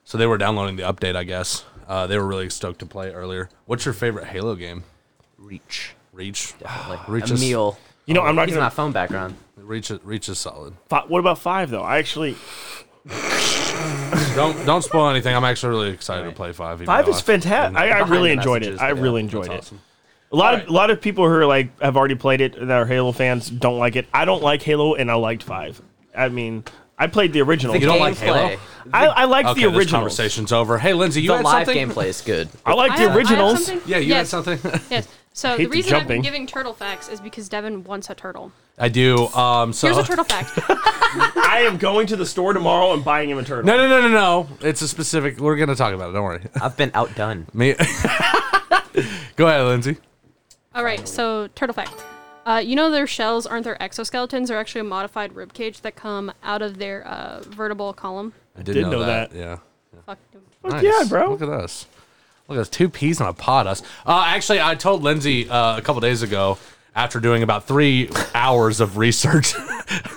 so they were downloading the update. I guess uh, they were really stoked to play earlier. What's your favorite Halo game?
Reach,
Reach.
definitely.
Reach
a
is-
meal.
You
Oh,
know, I'm not
He's
gonna.
my phone background.
Reach. is- Reach is solid.
Fi- what about five though? I actually
Don't Don't spoil anything. I'm actually really excited to play five. even
five
though
is
I've-
fantastic. I, I
Behind
really
the
enjoyed it.
messages,
I
yeah,
really
that's
enjoyed it.
awesome.
A lot of
Alright.
a lot of people who are like have already played it that are Halo fans don't like it. I don't like Halo, and I liked five. I mean, I played the original.
The
You don't like Halo?
gameplay-
I, I liked
Okay,
the
this
original.
conversation's over. Hey, Lindsay, you
The
had
live
something.
gameplay is good.
I liked
I have- I
the
have
originals.
something-
Yeah, you
Yes.
had something.
yes. So
Hate
the
the
reason I've
jumping.
been giving turtle facts is because Devin wants a turtle.
I do. Um, so
Here's a turtle fact.
I am going to the store tomorrow and buying him a turtle.
No, no, no, no, no. It's a specific. We're gonna talk about it. Don't worry.
I've been outdone.
Me. Go ahead, Lindsay.
All right, so turtle fact. Uh, you know their shells aren't their exoskeletons; they're actually a modified rib cage that come out of their uh, vertebral column.
I did,
Did
know,
know
that.
that.
Yeah.
Fuck.
Fuck yeah, bro.
Look at us. Look at us. Two peas in a pod. Us. Uh, actually, I told Lindsay uh, a couple days ago, after doing about three hours of research,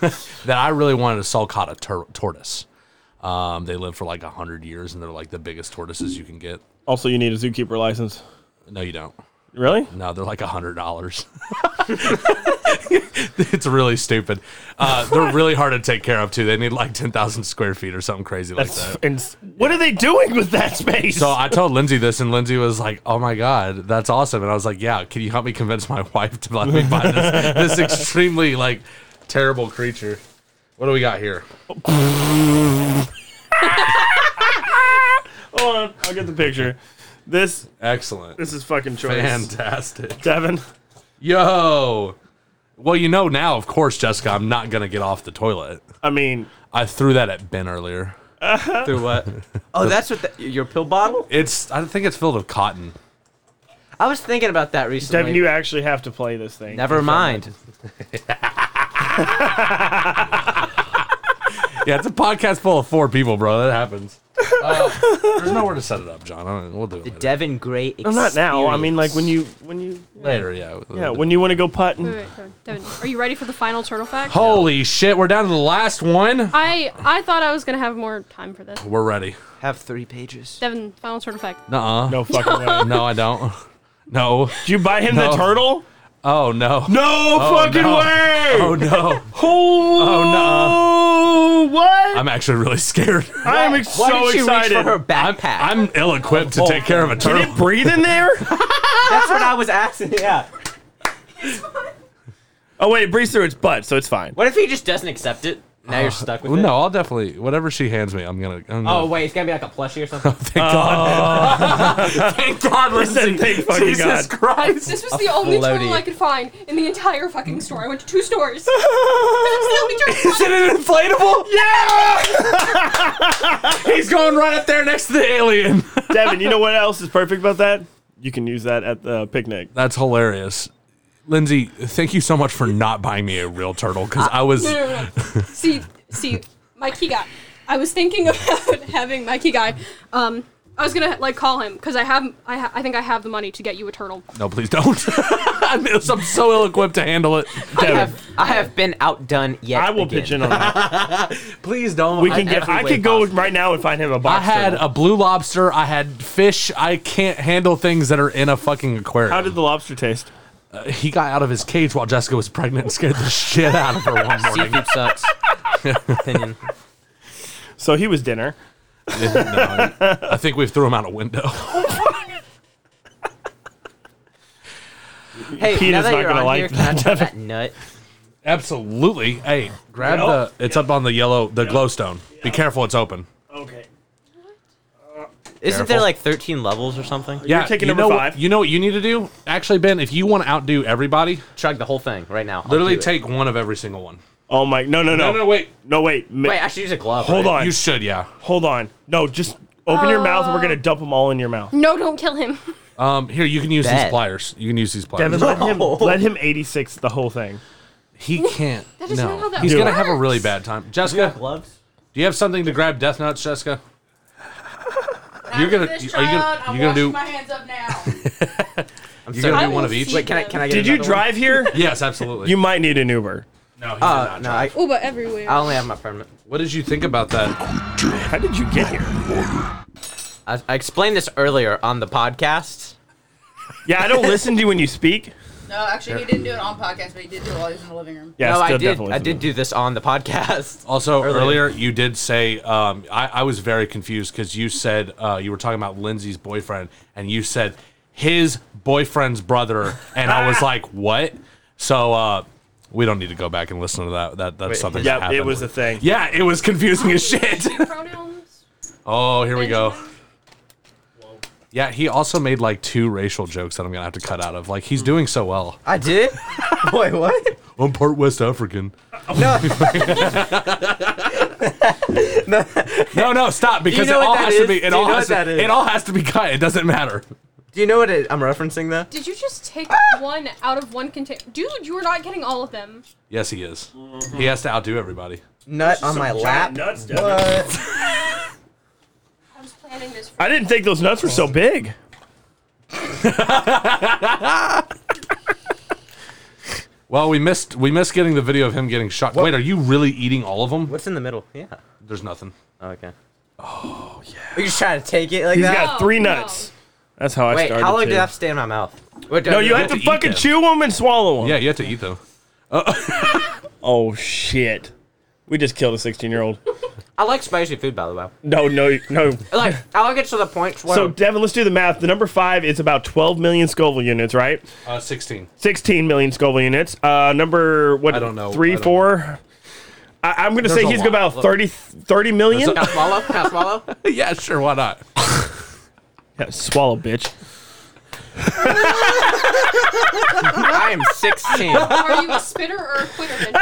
that I really wanted a sulcata tur- tortoise. Um, they live for like hundred years, and they're like the biggest tortoises you can get.
Also, you need a zookeeper license.
No, you don't.
Really?
No, they're like hundred dollars. it's really stupid. Uh, they're really hard to take care of too. They need like ten thousand square feet or something crazy like
That's
that.
and s- what are they doing with that space?
So I told Lindsay this, and Lindsay was like, "Oh my god, that's awesome!" And I was like, "Yeah, can you help me convince my wife to let me buy this this extremely like terrible creature?" What do we got here?
Hold on, I'll get the picture. This
Excellent,
this is fucking choice.
fantastic,
Devin,
yo. Well, you know now, of course, Jessica, I'm not gonna get off the toilet.
I mean,
I threw that at Ben earlier.
Through what? Oh, that's what the, your pill bottle.
It's I think it's filled with cotton.
I was thinking about that recently.
Devin, you actually have to play this thing.
Never mind.
Yeah, it's a podcast full of four people, bro. That happens. Uh, there's nowhere to set it up, John. I don't, we'll do it
The
later.
Devin Gray. Experience.
No, not now. I mean, like when you when you
later, yeah.
yeah when you want to go putting.
Wait, wait, wait, Devin, are you ready for the final turtle fact?
Holy shit, we're down to the last one.
I I thought I was gonna have more time for this.
We're ready.
have three pages.
Devin, final turtle fact.
Nuh-uh.
No fucking way.
No, I don't. No.
Did you buy him
No.
the turtle?
Oh no.
No
Oh,
fucking
no.
way!
Oh no.
Oh,
Oh no.
Oh, what?
I'm actually really scared.
I am ex-
Why
so
did she reach for
excited.
her
backpack?
I'm ill-equipped to take care of a turtle.
Can it breathe in there?
That's what I was asking. Yeah.
Oh wait, it breathes through its butt, so it's fine.
What if he just doesn't accept it? Now you're
Uh,
stuck with
well,
it.
No, I'll definitely whatever she hands me, I'm gonna. I'm gonna
Oh wait, it's gonna be like a plushie or something.
thank
uh,
God. thank God, Lindsay.
Thank fucking
Jesus
God.
Christ.
This was
A
the only
floaty.
turtle I could find in the entire fucking store. I went to two stores. That's the only turtle.
Is it an inflatable? He's going right up there next to the alien.
Devin, you know what else is perfect about that? You can use that at the picnic.
That's hilarious. Lindsay, thank you so much for not buying me a real turtle because I was.
No, no, no, no. see, see, my key guy. I was thinking about having my key guy. Um, I was gonna like call him because I have, I, ha- I think I have the money to get you a turtle.
No, please don't. I'm I'm so ill equipped to handle it.
I have, I have been outdone yet.
I will
again.
pitch in on that.
Please don't.
We can get. I could go right now and find him a
I
box.
had
turtle.
a blue lobster. I had fish. I can't handle things that are in a fucking aquarium.
How did the lobster taste?
he got out of his cage while Jessica was pregnant and scared the shit out of her one morning.
Seafood sucks. Opinion.
So he was dinner.
No, I think we threw him out a window.
Hey,
Pete
now
is
that
not
you're
gonna
on
like
here, can I try that nut?
Absolutely. Hey, grab the. It's up on the yellow, the glowstone. Be careful, it's open.
Okay.
Isn't there like 13 levels or something?
Yeah,
taking
you
number
know what-
five.
You know what you need to do, actually, Ben. If you want to outdo everybody,
Chug the whole thing right now. I'll
literally
do it.
take one of every single one.
Oh my! No, no, no,
No, no, wait.
No, wait. Ma-
Wait, I should use a glove.
hold
right?
on.
You should, yeah.
hold on. No, just open your mouth, and we're gonna dump them all in your mouth.
No, don't kill him.
Um, here you can use these
Bet.
pliers. You can use these pliers.
Devin, let him let him 86 the whole thing.
he can't.
That is
no,
not how that
he's gonna
works.
have a really bad time.
You got
Jessica,
gloves?
do you have something to grab death nuts, Jessica? You're gonna. Are you gonna?
I'm
You're gonna
washing
do.
my hands up now.
I'm
You're
sorry.
gonna
I
do one
will
of each.
see.
Wait, can I, can I get
Did you
another one?
drive here?
Yes, absolutely.
You might need an Uber.
no, he did
Uh,
not
no,
drive.
I,
Oh, but everywhere.
I only have my permit.
What did you think about that?
How did you get here?
I, I explained this earlier on the podcast.
Yeah, I don't listen to you when you speak.
No, actually, he didn't do it on podcast, but he did do it while he was in the living room.
Yeah,
no,
still
I did.
definitely
I
listen to
did do this on the podcast.
Also,
Earlier.
earlier, you did say um, I, I was very confused because you said uh, you were talking about Lindsay's boyfriend, and you said his boyfriend's brother, and I was like, what? So uh, we don't need to go back and listen to that. That that's
Wait,
something.
Yep,
that happened.
it was a thing.
yeah, it was confusing as shit.
Pronouns.
oh, here we go. Yeah, he also made like two racial jokes that I'm gonna have to cut out of. Like he's
Hmm.
doing so well.
I did. Wait, what?
I'm part West African. No, no, stop because
know
it
what
all
that
has to
is?
be. It
Do you
all
know
has
what that
to,
is?
It all has to be cut. It doesn't matter.
Do you know what it, I'm referencing though?
Did you just take
Ah!
one out of one container? Dude, you were not getting all of them.
Yes, he is.
Mm-hmm.
He has to outdo everybody.
Nut on my lap.
Nuts, Devin.
What?
I was planning this
Ah!
for
I didn't think those nuts were so big.
Well, we missed we missed getting the video of him getting shot. Wait, are you really eating all of them?
What's in the middle? Yeah.
There's nothing.
Okay. Oh yeah. Are you just trying to take it like
He's
that?
got three nuts. That's how I
Wait,
started.
how long
too.
did that stay in my mouth? Wait,
No, you have to
eat
fucking
them.
chew them and swallow them.
Yeah, you have to eat them.
Oh shit. We just killed a 16 year old.
I like spicy food, by the way.
No, no, no.
Like, I like it to the point where
So, Devin, let's do the math. The number five is about 12 million Scoville units, right?
Uh, Sixteen.
16 million Scoville units. Uh, number, what?
I don't know. I
Three,
don't
four? I, I'm going to say
a
he's
lot.
about
Look.
30, 30 million.
Can I swallow? Can I swallow?
yeah, sure. Why not?
Yeah, swallow, bitch.
I am 16.
Are you a spitter or a quitter?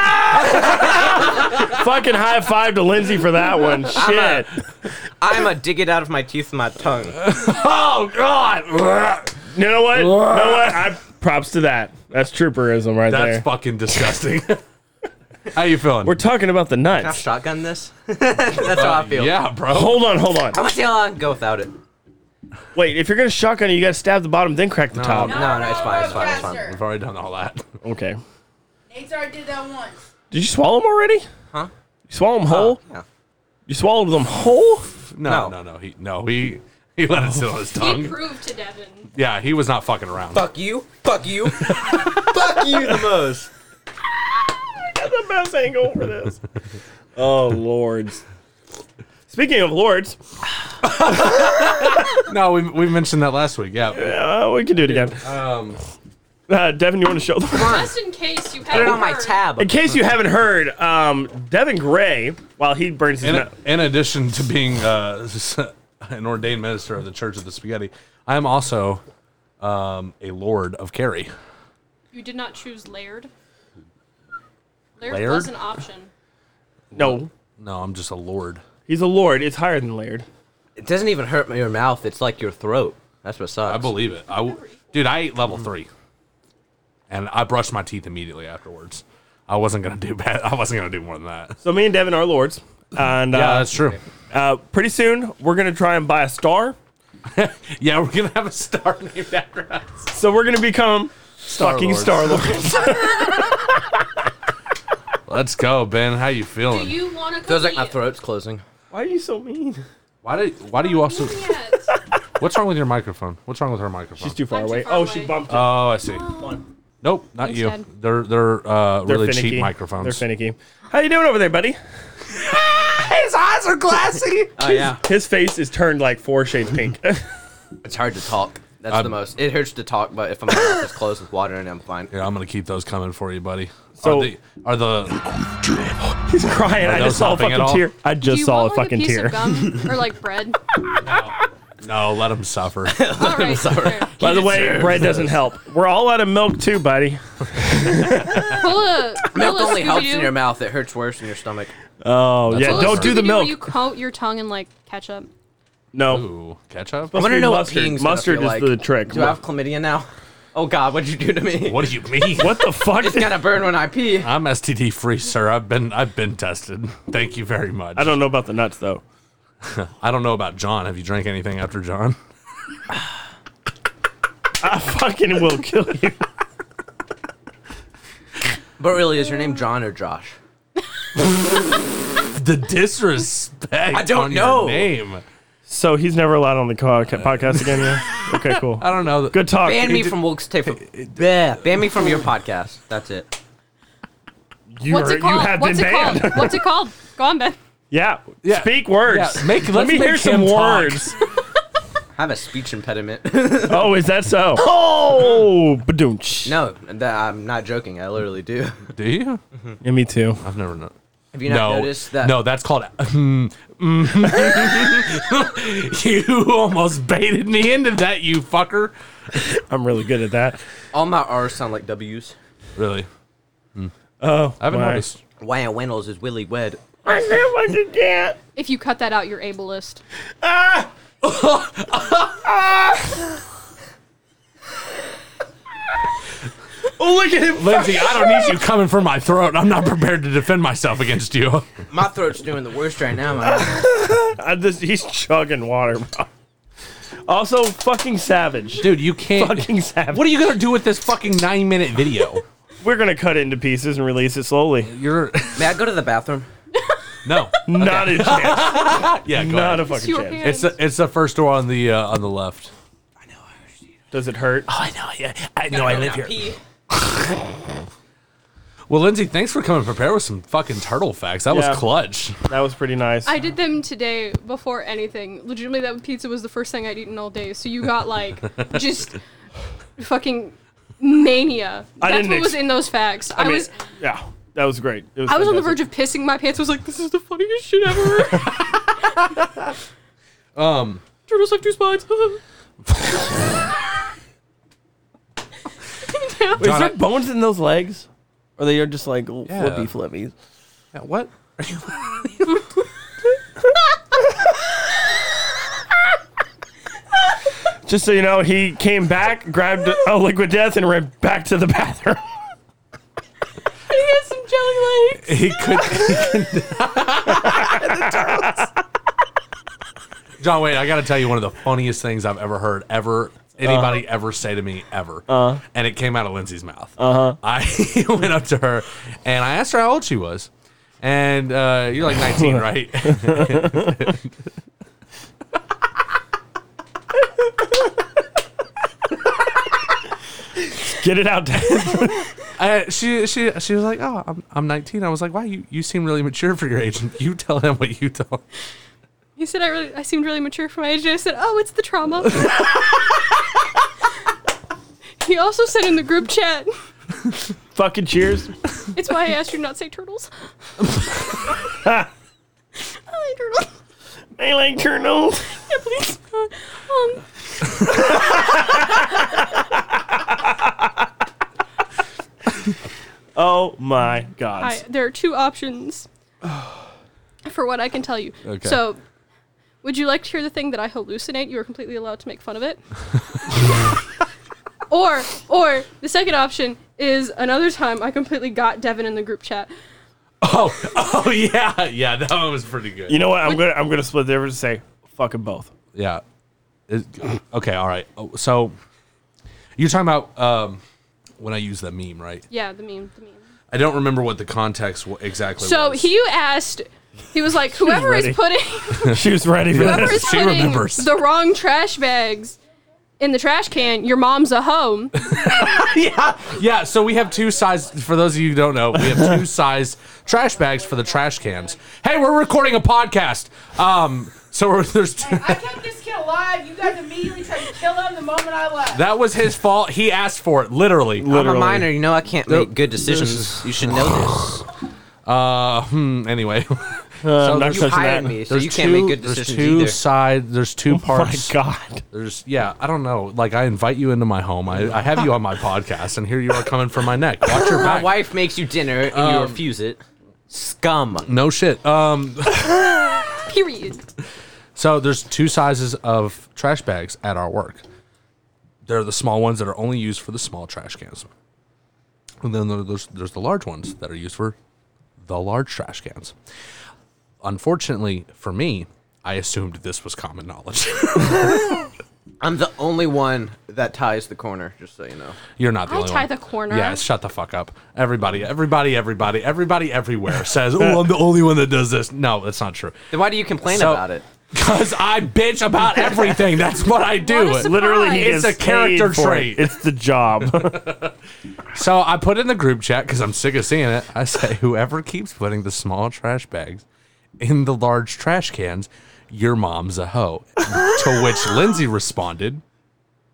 Then?
fucking high five to Lindsay for that one. Shit.
I'm a dig it out of my teeth and my tongue.
Oh God,
You know what? You know what? I props to that. That's trooperism right
that's
there.
fucking disgusting. How you feeling?
We're talking about the
Can I
nuts.
shotgun this? That's how I feel. Oh.
yeah, bro.
Hold on, hold on.
How much how long I can go without it?
Wait, if you're gonna shotgun it, you gotta stab the bottom, then crack the top.
No, no, it's fine, it's fine, it's fine.
faster.
We've already done all that.
Okay.
Nate's already did that once.
Did you swallow them already?
Huh?
You swallow them whole?
Yeah.
You swallowed them whole?
No, no,
No.
no. He no he he let it sit on his
He
tongue.
proved to Devin.
Yeah, he was not fucking around.
Fuck you. Fuck you. fuck you the most.
That's the best angle for this.
Oh lords.
Speaking of lords,
no, we, we mentioned that last week. Yeah,
uh, we can do it again.
Um,
uh, Devin, you want to show them?
Just in case you haven't
it on my
heard.
tab.
In case you haven't heard, um, Devin Gray, while he burns his
in,
mouth,
in addition to being uh, an ordained minister of the Church of the Spaghetti, I am also um, a Lord of Kerry.
You did not choose layered. Layered,
Layered?
was an option.
No,
no, I'm just a Lord.
He's a lord. It's higher than layered.
It doesn't even hurt your mouth. It's like your throat. That's what sucks.
I believe it. I w- dude, I ate level three, and I brushed my teeth immediately afterwards. I wasn't gonna do bad. I wasn't gonna do more than that.
So me and Devin are lords, and
Yeah,
uh,
that's true.
Uh, pretty soon, we're gonna try and buy a star.
yeah, we're gonna have a star named after us.
So we're gonna become fucking star
Star-Lords.
lords.
Let's go, Ben. How you feeling?
you want to
Oh. Feels like my throat's closing.
Why are you so mean?
Why do Why
Oh,
do you also? What's wrong with your microphone? What's wrong with her microphone? She's
too far away. oh, she bumped. it.
Oh, I see. Nope, not
Thanks,
you.
Dad.
They're they're uh,
They're
really
finicky.
cheap microphones.
They're finicky. How you doing over there, buddy? His eyes are glassy.
Oh yeah.
His face is turned like four shades pink.
It's hard to talk. That's the
I'm-
most. It hurts to talk, but if my mouth is closed with water in it, I'm fine.
Yeah, I'm gonna keep those coming for you, buddy.
So-
are the, are the
He's crying.
Are
I
those
just saw a
helping at
fucking
all?
tear. I just
Do you
saw
want,
a
like,
fucking
piece
tear.
Of gum or like bread.
no? Let them
All
suffer.
right. fair.
By the way, bread doesn't help. We're all out of milk too, buddy.
Pull a pull
Milk
a
only helps in
Scooby-Doo.
your mouth. It hurts worse in your stomach.
Oh yeah,
Pull a
don't do the
Scooby-Doo where
milk.
You coat your tongue in like ketchup.
No.
ketchup.
I
Supposed
want to
be
know
mustard.
what peeing's gonna
Mustard
feel
is
like.
the trick.
Do I have chlamydia now? Oh God, what'd you do to me?
What do you mean?
What the fuck?
it's gonna burn when I pee.
I'm STD free, sir. I've been I've been tested. Thank you very much. I
don't know about the nuts though.
I don't know about John. Have you drank anything after John?
I fucking will kill you.
But really, is your name John or Josh?
the disrespect.
I don't
on your
know.
name.
So he's never allowed on the co- podcast again. Yeah. Okay, cool.
I don't know.
Good talk.
Ban
You
me
did-
from Wilkes Tape. Yeah, ban me from your podcast. That's it.
You,
What's
are,
it called?
you have
What's
been
it
banned.
called? What's it called? Go on, Ben.
Yeah. Speak words.
Yeah, make-
Let
let's
me hear
make
some
him talk.
words.
I have a speech impediment.
oh, is that so? Oh, badoonch.
no, that, I'm not joking. I literally do.
Do you?
Yeah, me too.
I've never known.
Have you not
no,
noticed that-
No, that's called. mm-hmm. you almost baited me into that, you fucker.
I'm really good at that.
All my R's sound like W's.
Really? Mm.
Oh,
I haven't
why?
noticed.
Why Wendell's is Willy Wed.
I never want to dance.
If you cut that out, you're ableist.
Ah! oh, look at him.
Lindsay, I don't need you coming for my throat. I'm not prepared to defend myself against you.
My throat's doing the worst right now. Man.
I just, he's chugging water, bro. Also, fucking savage.
Dude, you can't.
Fucking savage.
What are you going to do with this fucking nine minute video?
We're going to cut it into pieces and release it slowly.
You're.
May I go to the bathroom?
No.
Not a chance.
Yeah, go
Not a
ahead.
fucking
your
chance.
hand.
It's the, it's the first door on the uh, on the left.
Does it hurt?
Oh, I know. Yeah, I know. I live here. Well, Lindsay, thanks for coming prepared with some fucking turtle facts. That
Yeah.
was clutch.
That was pretty nice.
I did them today before anything. Legitimately, that pizza was the first thing I'd eaten all day. So you got like just fucking mania.
I
That's
didn't
what was
ex-
in those facts.
I
I,
mean,
was
yeah, that was great. It
I was on the verge
fantastic.
of pissing my pants. I was like, this is the funniest shit ever.
Um,
Turtles have two spines.
Is there bones in those legs? Or they are just like little flippy
Yeah.
flippies?
what?
Just so you know, he came back, grabbed a liquid death, and ran back to the bathroom.
he has some jelly legs.
He could. John, wait. I got to tell you one of the funniest things I've ever heard ever. Anybody ever say to me ever, uh, and it came out of Lindsay's mouth. Uh-huh. I went up to her and I asked her how old she was, and uh, you're like 19, right?
Get it out.
I, Uh, she she she was like, "Oh, I'm I'm 19." I was like, "Wow, you, you seem really mature for your age." And you tell him what you tell. him.
He said I really, I seemed really mature for my age. And I said, oh, it's the trauma. he also said in the group chat,
Fucking cheers.
it's why I asked you to not say turtles. Oh, I like turtles.
I like turtles.
Yeah, please. Uh, um,
Oh my god.
I, there are two options for what I can tell you.
Okay.
So, would you like to hear the thing that I hallucinate? You are completely allowed to make fun of it. or, or the second option is another time I completely got Devin in the group chat.
Oh, oh yeah, yeah, that one was pretty good.
You know what? I'm gonna I'm gonna split the difference and say fucking both.
Yeah. It- okay. All right. Oh, so you're talking about um, when I use the meme, right?
Yeah, the meme. The meme.
I don't remember what the context wa- exactly.
So he asked. He was like, "Whoever is
ready.
putting
was.
she was ready
for
whoever is
She
putting
remembers.
the wrong trash bags in the trash can, your mom's a home."
yeah. Yeah, so we have two size for those of you who don't know, we have two size trash bags for the trash cans. Hey, we're recording a podcast. Um so we're, there's two,
Kept this kid alive. You guys immediately tried to kill him the moment I left.
that was his fault. He asked for it, literally.
I'm a minor, you know I can't
There-
make good decisions.
there's-
You should know this.
Uh, hmm, anyway.
Uh,
I'm not you touching hired that. me, so
There's
you can't make good
There's
decisions
two
either. Oh
sides. There's two parts.
my god.
There's yeah. I don't know. Like I invite you into my home. I, I have you on my podcast, and here you are coming for my neck. Watch your
My
back.
wife makes you dinner and you
Um,
refuse it. Scum.
No shit. Um.
Period.
So there's two sizes of trash bags at our work. They're the small ones that are only used for the small trash cans, and then there- there's there's the large ones that are used for the large trash cans. Unfortunately for me, I assumed this was common knowledge.
I'm the only one that ties the corner, just so you know.
You're not the
I
only
tie
one.
the corner.
Yeah, shut the fuck up. Everybody, everybody, everybody, everybody, everywhere says, "Oh, I'm the only one that does this." No, that's not true.
Then why do you complain about it?
Because I bitch about everything. That's what I do.
Literally, he
it's a
gets
character
paid for it.
trait.
It's the job.
So I put in the group chat because I'm sick of seeing it. I say, whoever keeps putting the small trash bags in the large trash cans, your mom's a hoe. to which Lindsay responded,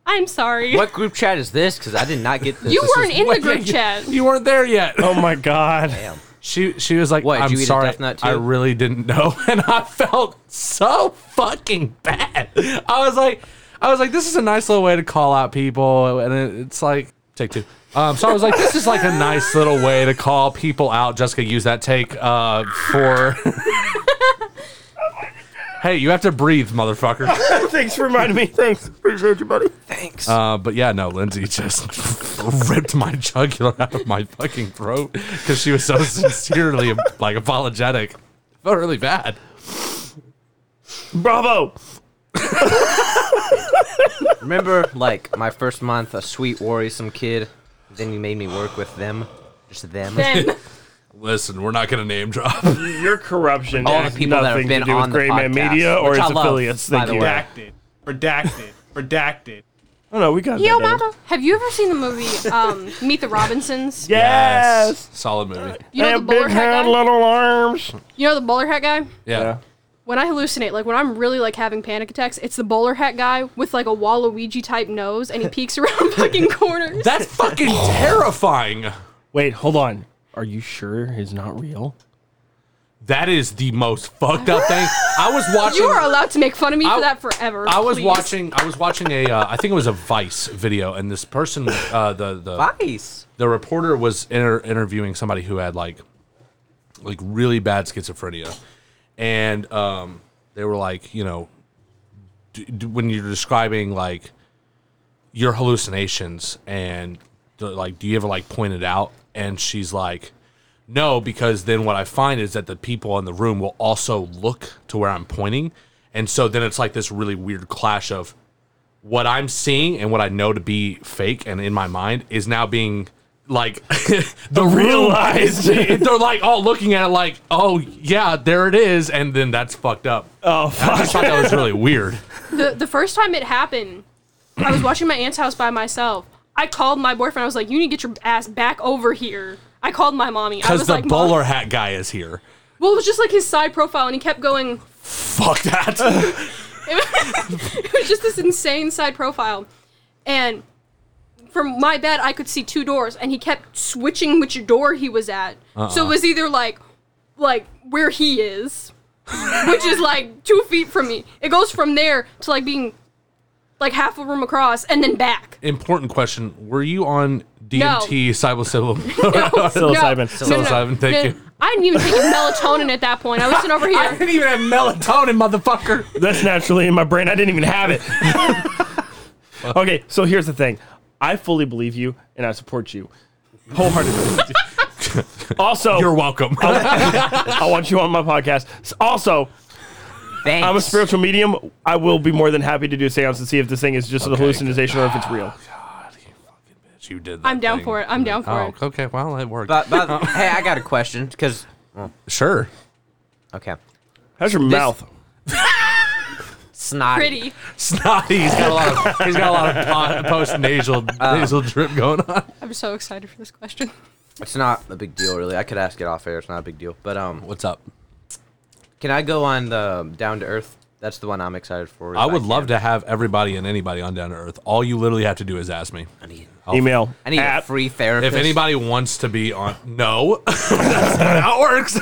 I'm sorry.
What group chat is this? Because I did not get this.
You
This
weren't
is-
in the
Wait,
group
you-
chat.
You weren't there yet.
Oh my god.
She she was like,
What, did
I'm
you eat a
sorry,
death nut too?"
I really didn't know, and I felt so fucking bad. I was like, I was like, this is a nice little way to call out people, and it, it's like take two. Um, so I was like, this is like a nice little way to call people out. Jessica, use that take uh, for. hey, you have to breathe, motherfucker.
Thanks for reminding me. Thanks. Appreciate you, buddy.
Thanks.
Uh, but yeah, no, Lindsay just ripped my jugular out of my fucking throat because she was so sincerely like apologetic. Felt really bad.
Bravo.
Remember, like, my first month, a sweet, worrisome kid. Then you made me work with them. Just them.
Them.
Listen, we're not gonna name drop.
Your corruption
All the
has
people that have
nothing
been
to do with
on the
Gray Man
podcast,
Media or
which
its
I love,
affiliates.
by
Thank
the
you.
way.
Redacted. Redacted. Redacted.
Oh no, we got
Yo,
that down.
mama, have you ever seen the movie um, Meet the Robinsons?
Yes.
Solid movie.
You know
Hey,
the bowler
big
hat
head,
guy?
little arms.
You know the bowler hat guy?
Yeah.
When I hallucinate, like when I'm really like having panic attacks, it's the bowler hat guy with like a Waluigi type nose and he peeks around fucking corners.
That's fucking terrifying.
Wait, hold on. Are you sure he's not real?
That is the most fucked up thing. I was watching.
You are allowed to make fun of me
I-
for that forever.
I was
please.
watching. I was watching a. Uh, I think it was a Vice video, and this person, uh, the the
Vice,
the reporter was inter- interviewing somebody who had like, like really bad schizophrenia, and um, they were like, you know, d- d- when you're describing like your hallucinations and the, like, do you ever like point it out? And she's like. No, because then what I find is that the people in the room will also look to where I'm pointing. And so then it's like this really weird clash of what I'm seeing and what I know to be fake and in my mind is now being like the room
Realized.
is they're like all looking at it like, oh yeah, there it is, and then that's fucked up.
Oh
I just thought that was really weird.
The, the first time it happened, I was watching my aunt's house by myself. I called my boyfriend. I was like, "You need to get your ass back over here." I called my mommy. I
Because
was
the
like, "Mom-"
bowler hat guy is here.
Well, it was just like his side profile, and he kept going.
Fuck that.
it was just this insane side profile, and from my bed I could see two doors, and he kept switching which door he was at. So
Uh-uh.
it was either like, like where he is, which is like two feet from me. It goes from there to like being like half a room across, and then back.
Important question. Were you on DMT, psilocybin?
Psilocybin. No, no, no.
Psilocybin, thank
No,
you.
I didn't even take melatonin at that point. I was sitting over here.
I didn't even have melatonin, motherfucker.
That's naturally in my brain. I didn't even have it. okay, so here's the thing. I fully believe you and I support you wholeheartedly. also,
you're welcome.
I want you on my podcast. S- Also, I'm a spiritual medium. I will be more than happy to do a seance and see if this thing is just a hallucination or if it's real.
You did. Oh,
I'm down for it. I'm down for it.
okay. Well, it worked.
But, but hey, I got a question because.
Sure.
Okay.
How's your mouth?
Snotty.
Pretty.
Snotty. Uh. He's got a lot of. He's got a lot of pot, post-nasal
Um,
nasal drip going on.
I'm so excited for this question.
It's not a big deal, really. I could ask it off air. It's not a big deal. But um,
what's up?
Can I go on the down to earth? That's the one I'm excited for.
I would love to have everybody and anybody on Down to Earth. All you literally have to do is ask me. I need
Email.
I need a free therapist.
If anybody wants to be on, no, that's not how it works.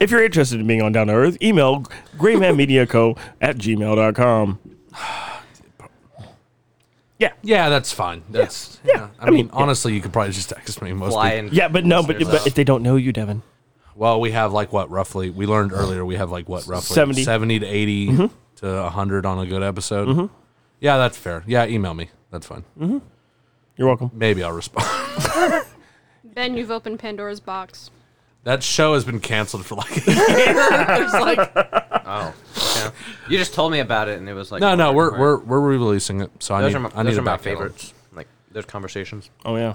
If you're interested in being on Down to Earth, email graymanmediaco at gmail.com. Yeah,
yeah, that's fine. That's yeah. I, mean, honestly, you could probably just text me most.
Fly
people.
and- Yeah, but no, but- listeners but up. if they don't know you, Devin.
Well, we have like what roughly we learned earlier. We have like what roughly
70.
70 to 80
Mhm.
to 100 on a good episode.
Mhm.
Yeah, that's fair. Yeah, email me. That's fine.
Mhm. You're welcome.
Maybe I'll respond.
Ben, you've opened Pandora's box.
that show has been canceled for like.
There's like
Oh, okay. you just told me about it, and it was like
no, no, we're we're we're re-releasing it. So I
those
need
are my,
I
those
need
are
a
my
back catalog.
favorites. Like those conversations.
Oh yeah.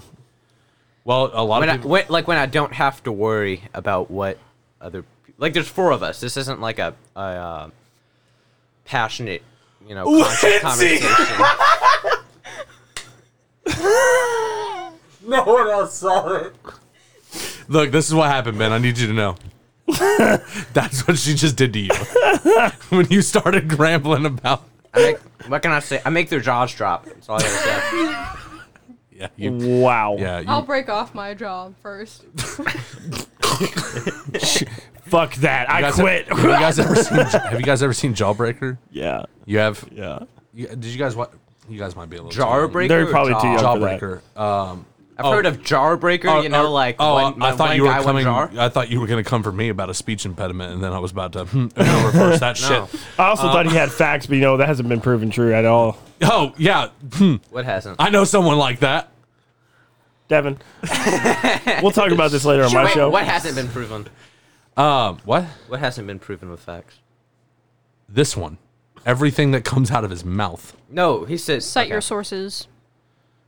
Well, a lot
when
of
I,
people.
when- like when I don't have to worry about what other pe- like. There's four of us. This isn't like a, a uh, passionate, you know, conscious
Lindsay!
conversation.
no one else saw it. Look, this is what happened, Ben. I need you to know. That's what she just did to you when you started grambling about.
I make, what can I say? I make their jaws drop. That's all I gotta say.
Yeah. You,
wow.
Yeah.
I'll break off my jaw first.
Fuck that.
You
I
guys-
quit.
Have, you guys ever seen? Have you guys ever seen Jawbreaker?
Yeah.
You have.
Yeah.
You, did you guys what? You guys might be a little.
Jawbreaker.
Too young.
or jaw-
Jawbreaker. Um,
I've heard of Jarbreaker. you know, like
oh,
one-
I
one-
thought
one
you were
guy, one
coming.
jar.
I thought you were going to come for me about a speech impediment, and then I was about to hmm, reverse that
No.
shit.
I also
Um,
thought he had facts, but you know, that hasn't been proven true at all.
Oh yeah. Hmm.
What hasn't?
I know someone like that.
Devin. we'll talk about this later on my
Wait,
show.
What hasn't been proven?
Um, what?
What hasn't been proven with facts?
This one. Everything that comes out of his mouth.
No, he says.
Cite your sources.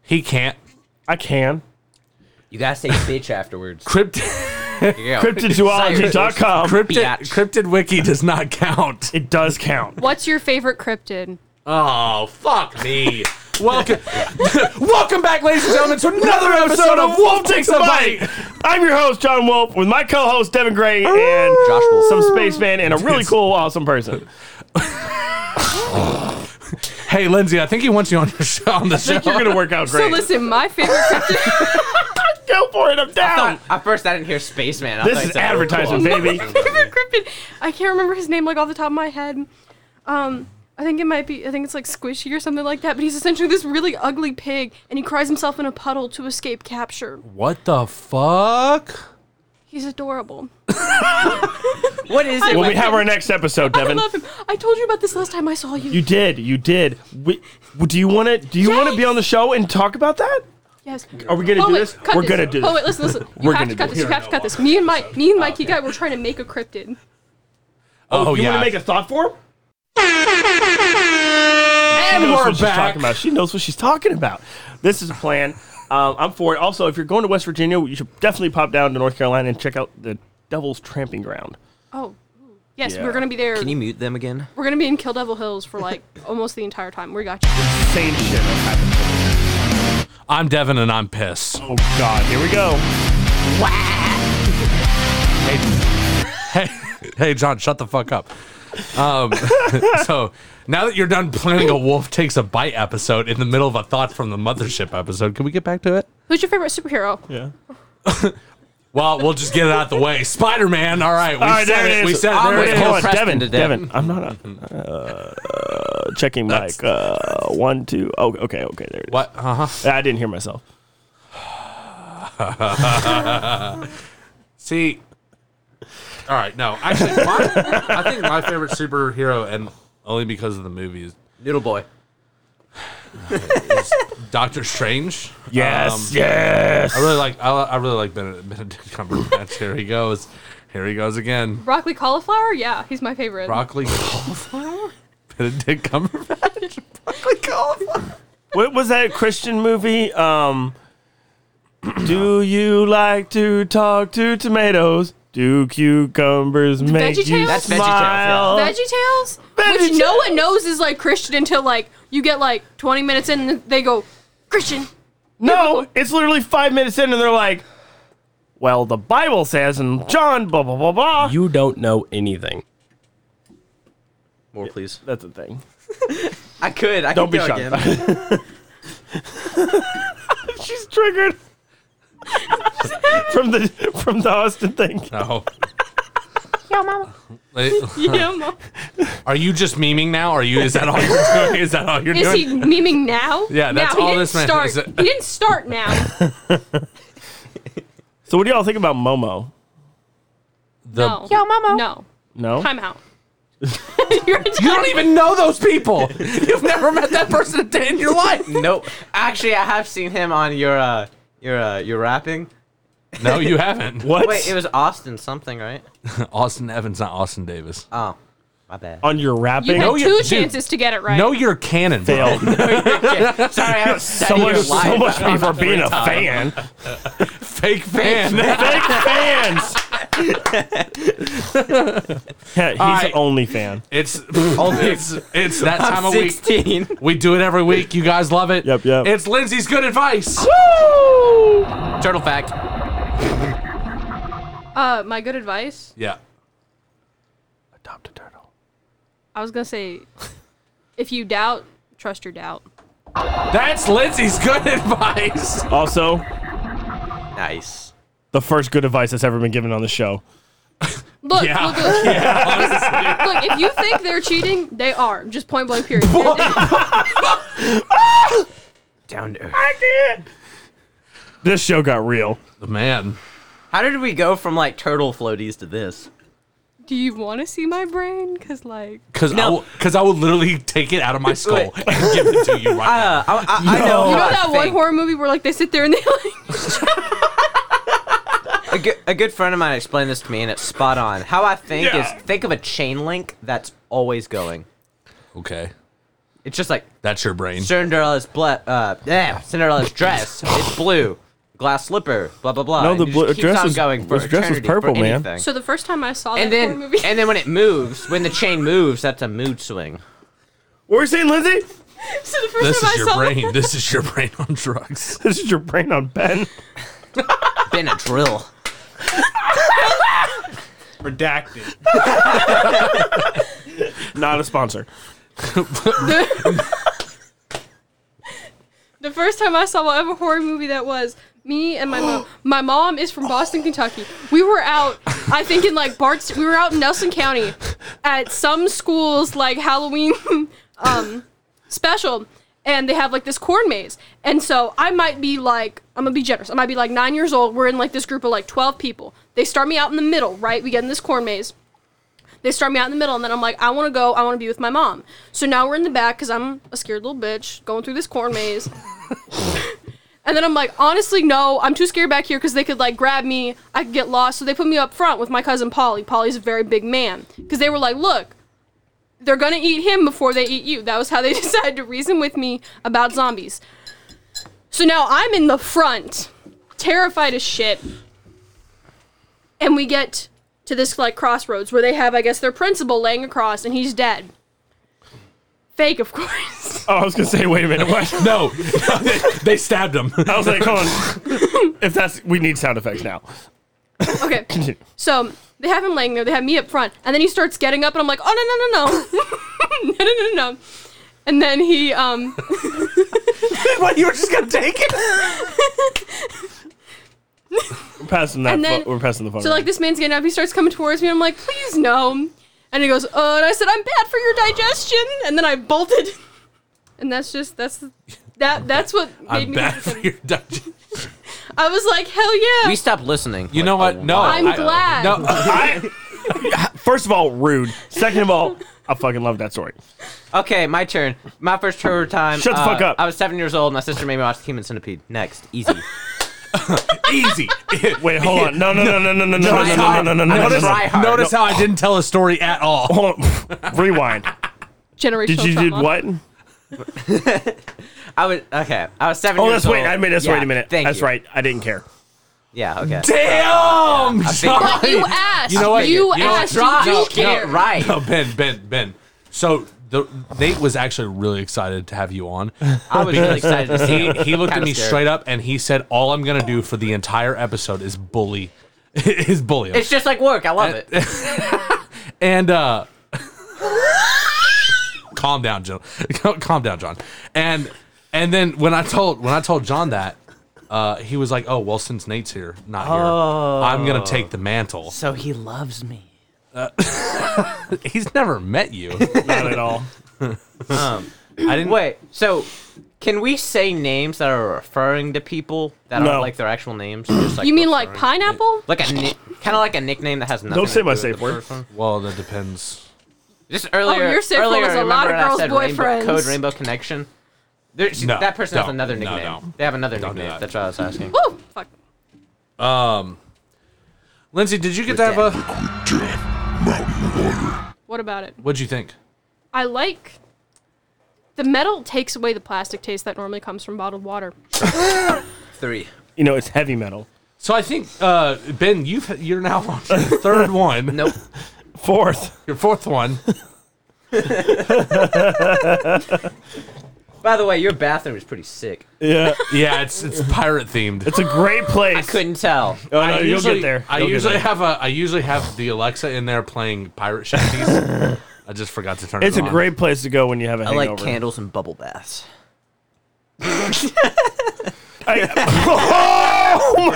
He can't.
I can.
You gotta say bitch afterwards.
Crypt.
Cryptozoology.com.
Cryptid, cryptid wiki does not count.
It does count.
What's your favorite cryptid?
Oh fuck me! Welcome, welcome back, ladies and gentlemen, to another episode of Wolf Takes a Bite.
I'm your host, John Wolf, with my co host, Devin Gray, and Josh Wolf. some spaceman and a really cool, awesome person.
Hey, Lindsay, I think he wants you on your show. On the
I think
show.
you're gonna work out
So listen, my favorite cryptid.
Go for it. I'm down.
At first, I didn't hear spaceman. I
This
thought
is
you said- "Oh,
advertisement, baby.
favorite cryptid. I can't remember his name like off the top of my head. Um, I think it might be. I think it's like Squishy or something like that. But he's essentially this really ugly pig, and he cries himself in a puddle to escape capture.
What the fuck?
He's adorable.
What is
I
when we
love
have
him.
our next episode, Devin.
I love him. I told you about this last time I saw you.
You did. You did. We, w- do you want to? Do you want to be on the show and talk about that?
Yes.
Are we gonna
Oh,
do
wait,
this?
cut
We're gonna do this.
Oh wait, listen, listen. You
We're gonna
have to
do
cut
it.
this. You have to cut this. Me and Mike, me and Mikey guy, we're trying to make a cryptid.
Oh,
Oh,
you
yeah.
want to make a thought form?
And
She knows
we're
what she's
back.
talking about. She knows what she's talking about. This is a plan. Um, I'm for it. Also, if you're going to West Virginia, you should definitely pop down to North Carolina and check out the Devil's Tramping Ground.
Oh, yes,
Yeah.
we're gonna be there.
Can you mute them again?
We're gonna be in Kill Devil Hills for like almost the entire time. We got you.
Same shit.
I'm Devin and I'm pissed. Oh
God, here we go.
Hey, hey, hey, John, shut the fuck up. Um, so now that you're done planning a wolf takes a bite episode in the middle of a thought from the mothership episode, can we get back to it?
Who's your favorite superhero?
Yeah.
Well, we'll just get it out the way. Spider Man. All right, we
All right,
said
there it
it.
is.
We said
All
it.
right,
There it
hold
is.
on, Devin, Devin, I'm not uh, uh, checking mic. Uh, one, two. Oh, okay, okay, there it is.
What? Uh huh.
I didn't hear myself.
See, all right, no, actually, my, I think my favorite superhero, and only because of the movie, is
Noodle Boy.
Doctor Strange.
Yes, yes.
I really like. I, I really like Benedict, Benedict Cumberbatch. Here he goes. Here he goes again.
Broccoli cauliflower? Yeah, he's my favorite.
Broccoli cauliflower? Benedict Cumberbatch.
What was that Christian movie? Um, do you like to talk to tomatoes? Do cucumbers make
Veggie
you
Tales? That's Veggie Tales,
smile?
VeggieTales, which no one knows is like Christian until like you get like 20 minutes in and they go Christian.
No, it's literally five minutes in, and they're like, "Well, the Bible says," and John, blah blah blah blah.
You don't know anything.
More, please.
That's the thing.
I could. I
Don't
could
be
go
shocked.
again.
She's triggered from the from the Austin thing.
No.
Yo, mama.
Yeah,
Are you just memeing now? Are you? Is that all you're doing? Is that all you're
is he
doing?
memeing now?
Yeah, that's
now.
all
he
this man-
didn't start.
is it-
He didn't start now.
So, what do y'all think about Momo?
no. Yo, mama. No.
No,
Time out.
you don't even know those people. You've never met that person a day in your life.
nope. Actually, I have seen him on your uh, your uh, your rapping.
No, you haven't.
Wait, it was Austin something, right?
Austin Evans, not Austin Davis.
Oh, my bad.
on your
You
rapping?
had
No, you-
two
dude.
chances to get it right.
Know your canon, bro.
Sorry, I was
so much, so much me for being a fan.
Fake fan.
Fake fans. Yeah, he's
All right.
an only fan.
It's it's it's that
I'm
time of week.
16.
We do it every week. You guys love it.
Yep, yep.
It's Lindsay's good advice.
Turtle fact.
Uh, my good advice.
Yeah.
Adopt a turtle.
I was gonna say, if you doubt, trust your doubt.
That's Lindsay's good advice.
Also,
Nice.
the first good advice that's ever been given on the show.
Look,
Yeah.
look, look. look. If you think they're cheating, they are. Just point blank. Period.
Down to earth.
This show got real.
The man.
How did we go from like turtle floaties to this?
Do you want to see my brain? Cause like,
Cause I will, cause I will literally take it out of my skull and give it to you right now.
Uh, I, I, I know.
you know
a
that one
thing.
horror movie where like they sit there and they like.
A good, a good friend of mine explained this to me, and it's spot on. How I think
Yeah.
is think of a chain link that's always going.
Okay,
It's just like
that's your brain.
Cinderella's ble- uh, yeah, Cinderella's dress. It's blue. Glass slipper. Blah blah blah.
No,
and
the
it just
blue-
keeps
dress
on
was-
going for
was- dress was
eternity, for
purple, man.
anything.
So the first time I saw that
And
horror
then,
movie,
and then when it moves, when the chain moves, that's a mood swing.
What were you saying, Lindsay?
so the first
This
time
is
I
your
saw that-
brain. This is your brain on drugs.
This is your brain on Ben.
Been a drill.
Redacted.
Not a sponsor.
The first time I saw whatever horror movie that was, me and my mom. My mom is from Boston, Kentucky. We were out, I think, in like Bart's. We were out in Nelson County at some school's like Halloween um, special, and they have like this corn maze. And so I might be like, I'm gonna be generous. I might be like nine years old. We're in like this group of like 12 people. They start me out in the middle, right? We get in this corn maze they start me out in the middle, and then I'm like, I want to go. I want to be with my mom. So now we're in the back because I'm a scared little bitch going through this corn maze. and then I'm like, honestly, no, I'm too scared back here because they could like grab me. I could get lost. So they put me up front with my cousin Polly. Polly's a very big man because they were like, look, they're gonna eat him before they eat you. That was how they decided to reason with me about zombies. So now I'm in the front, terrified as shit. And we get to this like crossroads where they have, I guess, their principal laying across and he's dead. Fake, of course.
Oh, I was gonna say, wait a minute, what?
no, they, they stabbed him.
I was like, hold on. If that's, we need sound effects now.
Okay. So they have him laying there. They have me up front, and then he starts getting up, and I'm like, oh no no no no, no no no no. And then he um.
what you were just gonna take it?
We're passing that.
And then-
fu- we're passing the phone.
So like this man's getting up, he starts coming towards me, and I'm like, please no. And he goes, oh, and I said, I'm bad for your digestion, and then I bolted. And that's just that's that that's what made
I'm
me.
bad
for
your digestion.
I was like, hell yeah.
We stopped listening.
You know
oh,
what? No,
I'm glad.
First of all, rude. Second of all, I fucking love that story.
Okay, my turn. My first turbo time.
Shut the
uh,
fuck up.
I was seven years old. My sister made me watch Human Centipede. Next, easy.
Easy.
Wait, hold on. No, no, no, no, no, no, no, no,
Notice how I-
no, no, no, no, no. Oh,
notice- Notice how I didn't tell a story at all.
Rewind.
Generational
Did you did
trauma.
what?
I would. Okay, I was seven.
Oh,
years
that's wait.
old.
I mean, that's
Yeah,
wait a minute.
Thank
That's
you.
right. I didn't care.
Yeah. Okay. Oh,
Damn,
I
John.
figured-
But you asked.
You know what?
You
know what?
asked. You do
No,
care.
no, No, Ben, Ben, Ben. So the, Nate was actually really excited to have you on.
I was really excited to see him.
He, he looked at
Kinda
me
scared.
straight up and he said, "All I'm gonna do for the entire episode is bully, is bully him."
It's just like work. I love it.
and uh calm down john calm down john and and then when i told when i told john that uh he was like oh well since nate's here not here i'm gonna take the mantle
Oh. so he loves me
uh, he's never met you
not at all
um, I didn't wait. So, can we say names that are referring to people that
No.
aren't like their actual names? Just,
you mean like
referring-
pineapple?
Like a ni- kind of like a nickname that has nothing.
Don't
to
say my
do with the
safe word.
person?
well that depends
Just earlier,
Oh, your safe word
earlier,
was a lot of
remember when I
girls'
said Rainbow, code
boyfriends.
Rainbow Connection. There, see,
No,
that person has
don't.
another
No,
nickname.
don't.
They have another
Don't do
nickname.
that.
That's what I was asking.
Woo! Fuck.
um lindsay did you get to have a
What about it?
what'd you think
I like the metal takes away the plastic taste that normally comes from bottled water.
Three.
You know, it's heavy metal.
so i think uh ben you've you're now on your third one
nope
fourth
your fourth one
By the way, your bathroom is pretty sick.
Yeah.
yeah, it's it's pirate themed. It's
a great place. I
couldn't tell.
Oh, no, you'll
usually-
get there.
I
You'll get
usually
there.
have a I usually have the Alexa in there playing pirate shanties. I just forgot to turn
It's
it
a
on.
great place to go when you have a
I like
hangover.
candles and bubble baths.
oh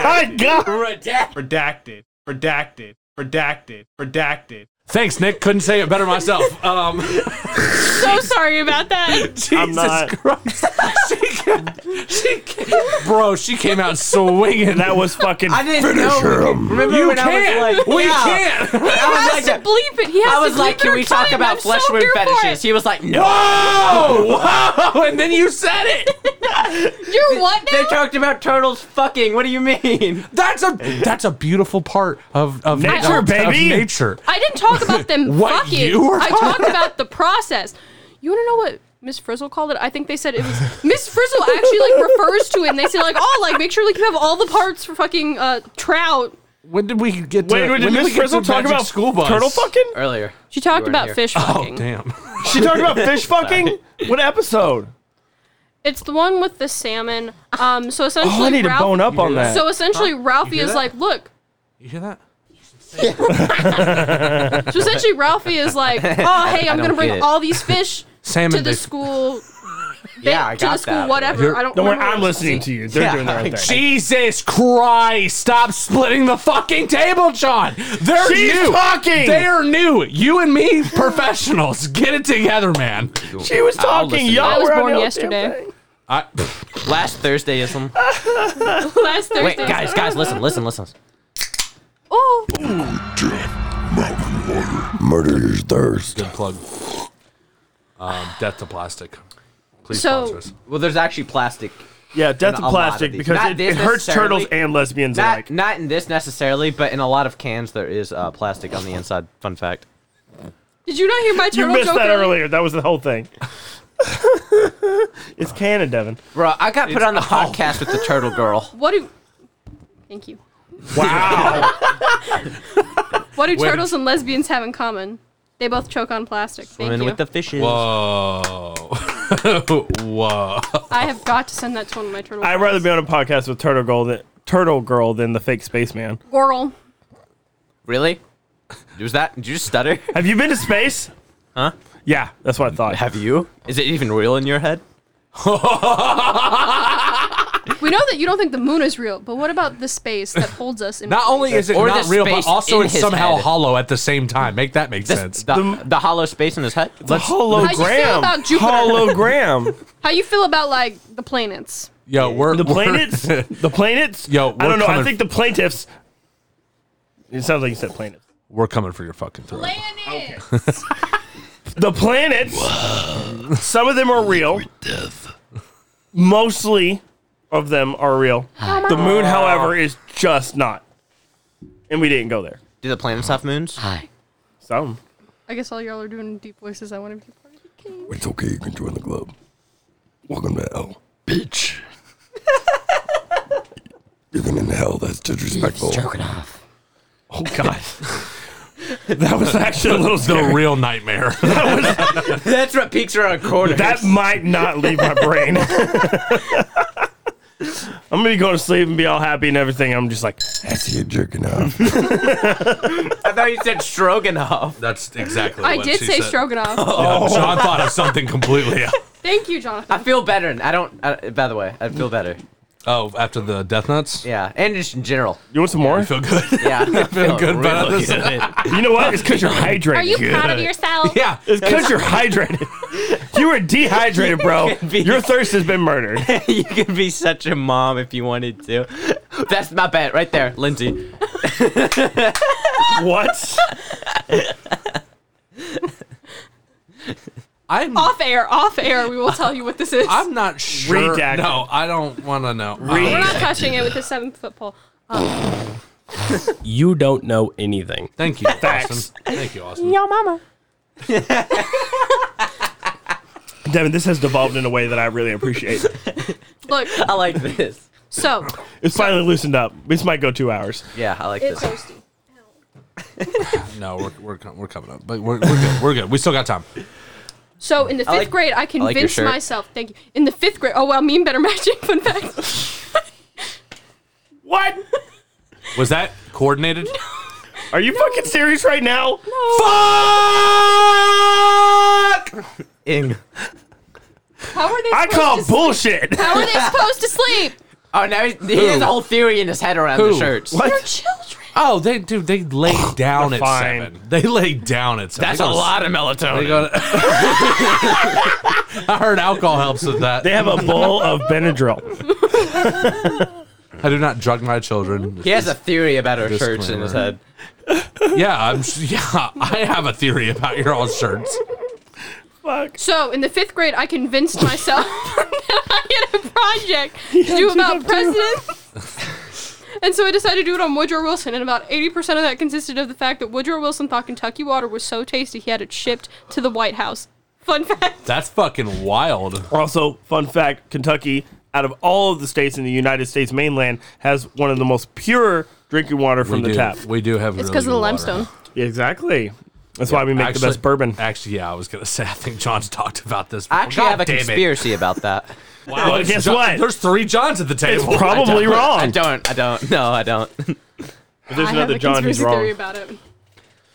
my god!
Redacted. Redacted. Redacted. Redacted.
Thanks, Nick. Couldn't say it better myself. Um,
so sorry about that.
Jesus Christ. she, came, bro, she came out swinging.
That was fucking.
I didn't know. Remember
you
when
can't.
I was like,
we
yeah.
can't.
I was like,
to bleep it. He has
I was
to bleep
like,
it
can
or
we talk
time it.
about
I'm
flesh
so
wound
here for
fetishes? He was like, no.
Whoa! Whoa! And then you said it.
it. You're what now?
They talked about turtles fucking. What do you mean?
That's a that's a beautiful part of of
Nature,
of
baby.
nature.
I didn't talk about them
What
fucking.
you were
I talked about the process. You want to know what Miss Frizzle called it? I think they said it was Miss Frizzle actually like refers to it, and they say like, oh, like make sure like you have all the parts for fucking uh, trout.
When did we get to?
Wait, wait, did
when
Miss
we get
Frizzle
to
talk
Magic
about
school bus?
turtle fucking?
Earlier.
She talked about fish fucking.
Oh damn!
She talked about fish fucking. What episode?
It's the one with the salmon. Um,
Oh,
so essentially,
Oh, need to
Ralph-
bone up on that.
So essentially,
Huh?
Ralphie
You hear
is
that?
like, look.
You hear that?
So essentially, Ralphie is like, oh, hey,
I
I'm
don't
gonna bring
get it.
all these fish
Salmon
to the
big-
school.
Yeah, I
to the
got
school,
that.
whatever.
You're-
I don't.
Don't worry,
remember
I'm
what-
listening to you. They're
Yeah.
doing their own thing.
Jesus Christ! Stop splitting the fucking table, John. They're
She's
new.
talking!
They're new. You and me, professionals. Get it together, man.
She was talking. Y'all
I was
were on
born
the-
yesterday.
I,
Last Thursday is some.
Last Thursday.
Wait, guys, guys, listen, listen, listen.
Oh.
Murder your thirst.
Good plug. Um, death to plastic. Please
So-
sponsor us.
Well, there's actually plastic.
Yeah, death
in
of
a lot
plastic
these.
because
Not
it,
this
it hurts
necessarily.
turtles and lesbians
Not,
alike.
not in this necessarily, but in a lot of cans there is uh, plastic on the inside. Fun fact.
Did you not hear my
You
turtle
missed
joke?
that
earlier?
earlier. That was the whole thing. it's canon, Devin.
Bro, I got put on the podcast with the turtle girl.
What do? Thank you.
Wow.
What do
Wait.
turtles and lesbians have in common? They both choke on plastic. Thank
Swimming
you.
with the fishes.
Whoa. Whoa.
I have got to send that to one of my turtle.
I'd rather be on a podcast with Turtle Girl than Turtle Girl than the fake spaceman.
Girl.
Really? Was that? Did you just stutter?
Have you been to space?
Huh?
Yeah, that's what I thought.
Have you? Is it even real in your head?
We know that you don't think the moon is real, but what about the space that holds us? in
Not
place?
only is it
Or
not
the
real, but
space
also
in
it's
his
somehow
head.
hollow at the same time. Make that make sense.
The, the hollow space in his head. The
How you feel about Jupiter?
Hologram.
How you feel about like the planets?
Yo, we're
the planets. the planets.
Yo,
I
we're
don't know. I
coming-
think the plaintiffs. It sounds like you said plaintiffs.
We're coming for your fucking throat.
The planets. some of them are real. Mostly of them are real.
Oh my
the moon,
God.
however, is just not. And we didn't go there.
Do the planets have moons?
Hi. Some.
I guess all y'all are doing deep voices. I want to be part of the game.
It's okay, you can join the club. Welcome to hell. Bitch. Even in hell, that's disrespectful. Choking off.
Oh, God. that was actually a little
the real nightmare.
That's what peaks around corners.
That might not leave my brain. I'm gonna be going to sleep and be all happy and everything. I'm just like, I see you jerking off.
I thought you said stroganoff.
That's exactly.
I did say stroganoff.
Yeah, John thought of something completely.
Thank you, Jonathan.
I feel better. and I don't. I, by the way, I feel better.
Oh, after the death nuts.
Yeah, and just in general.
You want some more?
feel good.
Yeah, I feel
good about
really
this.
good.
You know what? It's because you're hydrated.
Are you proud of yourself?
Yeah.
It's because you're hydrated. you were dehydrated, bro. Your thirst has been murdered.
you could be such a mom if you wanted to. That's my bet right there, Lindsay.
what?
I'm
off air. Off air. We will tell you what this is.
I'm not sure.
Redacted.
No, I don't want to know.
We're not
Uh,
touching it with the seven foot pole.
You don't know anything.
Thank you,
Facts.
Austin. Thank you, Austin.
Yo, mama.
Devin, this has devolved in a way that I really appreciate.
Look.
I like this.
So
It's finally loosened up. This might go two hours.
Yeah, I like
it's toasty.
No, we're, we're, co- we're coming up, but we're, we're good. We're good. We still got time.
So in the
I
fifth
like-
grade, I
I like your
convinced
shirt.
myself. Thank you. In the fifth grade, oh well, mean better matching. Fun fact.
what?
Was that coordinated?
Are you fucking serious right now?
Fuck!
Ing.
How are they?
I
supposed
call
to sleep?
bullshit.
How are they supposed to sleep?
Oh, now he's, he has a whole theory in his head around the shirts.
They're children.
Oh, they dude, they laid down at
fine.
seven. They laid down at seven.
That's
They
a
go to-
lot of
they
melatonin.
go to- I heard alcohol helps with that.
They have a bowl of Benadryl.
I do not drug my children.
He has a theory about our shirts in his head.
Yeah, I'm. s- Yeah, I have a theory about your all shirts.
So in the fifth grade, I convinced myself that I had a project to do about presidents. And so I decided to do it on Woodrow Wilson, and about 80% of that consisted of the fact that Woodrow Wilson thought Kentucky water was so tasty he had it shipped to the White House. Fun fact.
That's fucking wild.
Also, fun fact Kentucky, out of all of the states in the United States mainland, has one of the most pure drinking water from
We
the
do-
tap.
We do have.
It's
really
'cause of the
good water.
limestone.
Yeah, exactly. That's why we make the
Actually-
best bourbon.
Actually, yeah, I was gonna say. I think John's talked about this. before.
I actually
God
have a
damn it.
conspiracy about that.
Wow,
Well, guess
John-
what?
There's three Johns at the table.
It's probably
I don't-
wrong.
I don't. I don't. No, I don't.
If there's
I
another
have a
John, he's
conspiracy theory
wrong.
about it.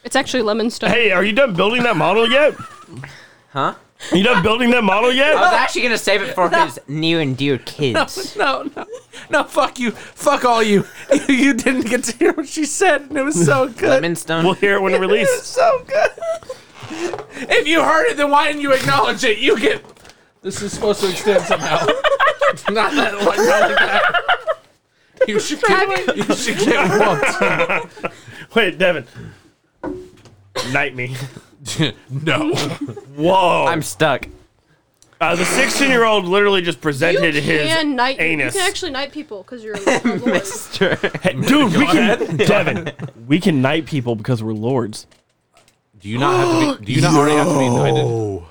It's actually lemon stone.
Hey, are you done building that model yet?
Huh?
You done building that model
I
yet?
was actually gonna save it for his near and dear kids.
No, no, no! Fuck you! Fuck all you! You didn't get to hear what she said, and it was so good.
Lemonstone.
We'll hear it when
It was
released.
so good. If you heard it, then why didn't you acknowledge it? You get. This is supposed to extend somehow. not that like, not like that. You should get. You should get one.
Wait, Devin. Night me.
no.
Whoa.
I'm stuck.
Uh, the 16 year old literally just presented his
can knight,
anus.
You can actually knight people because you're a lord.
Hey, dude, we can. Devin, we can knight people because we're lords.
Do you not have to be? Do you not already have to be knighted?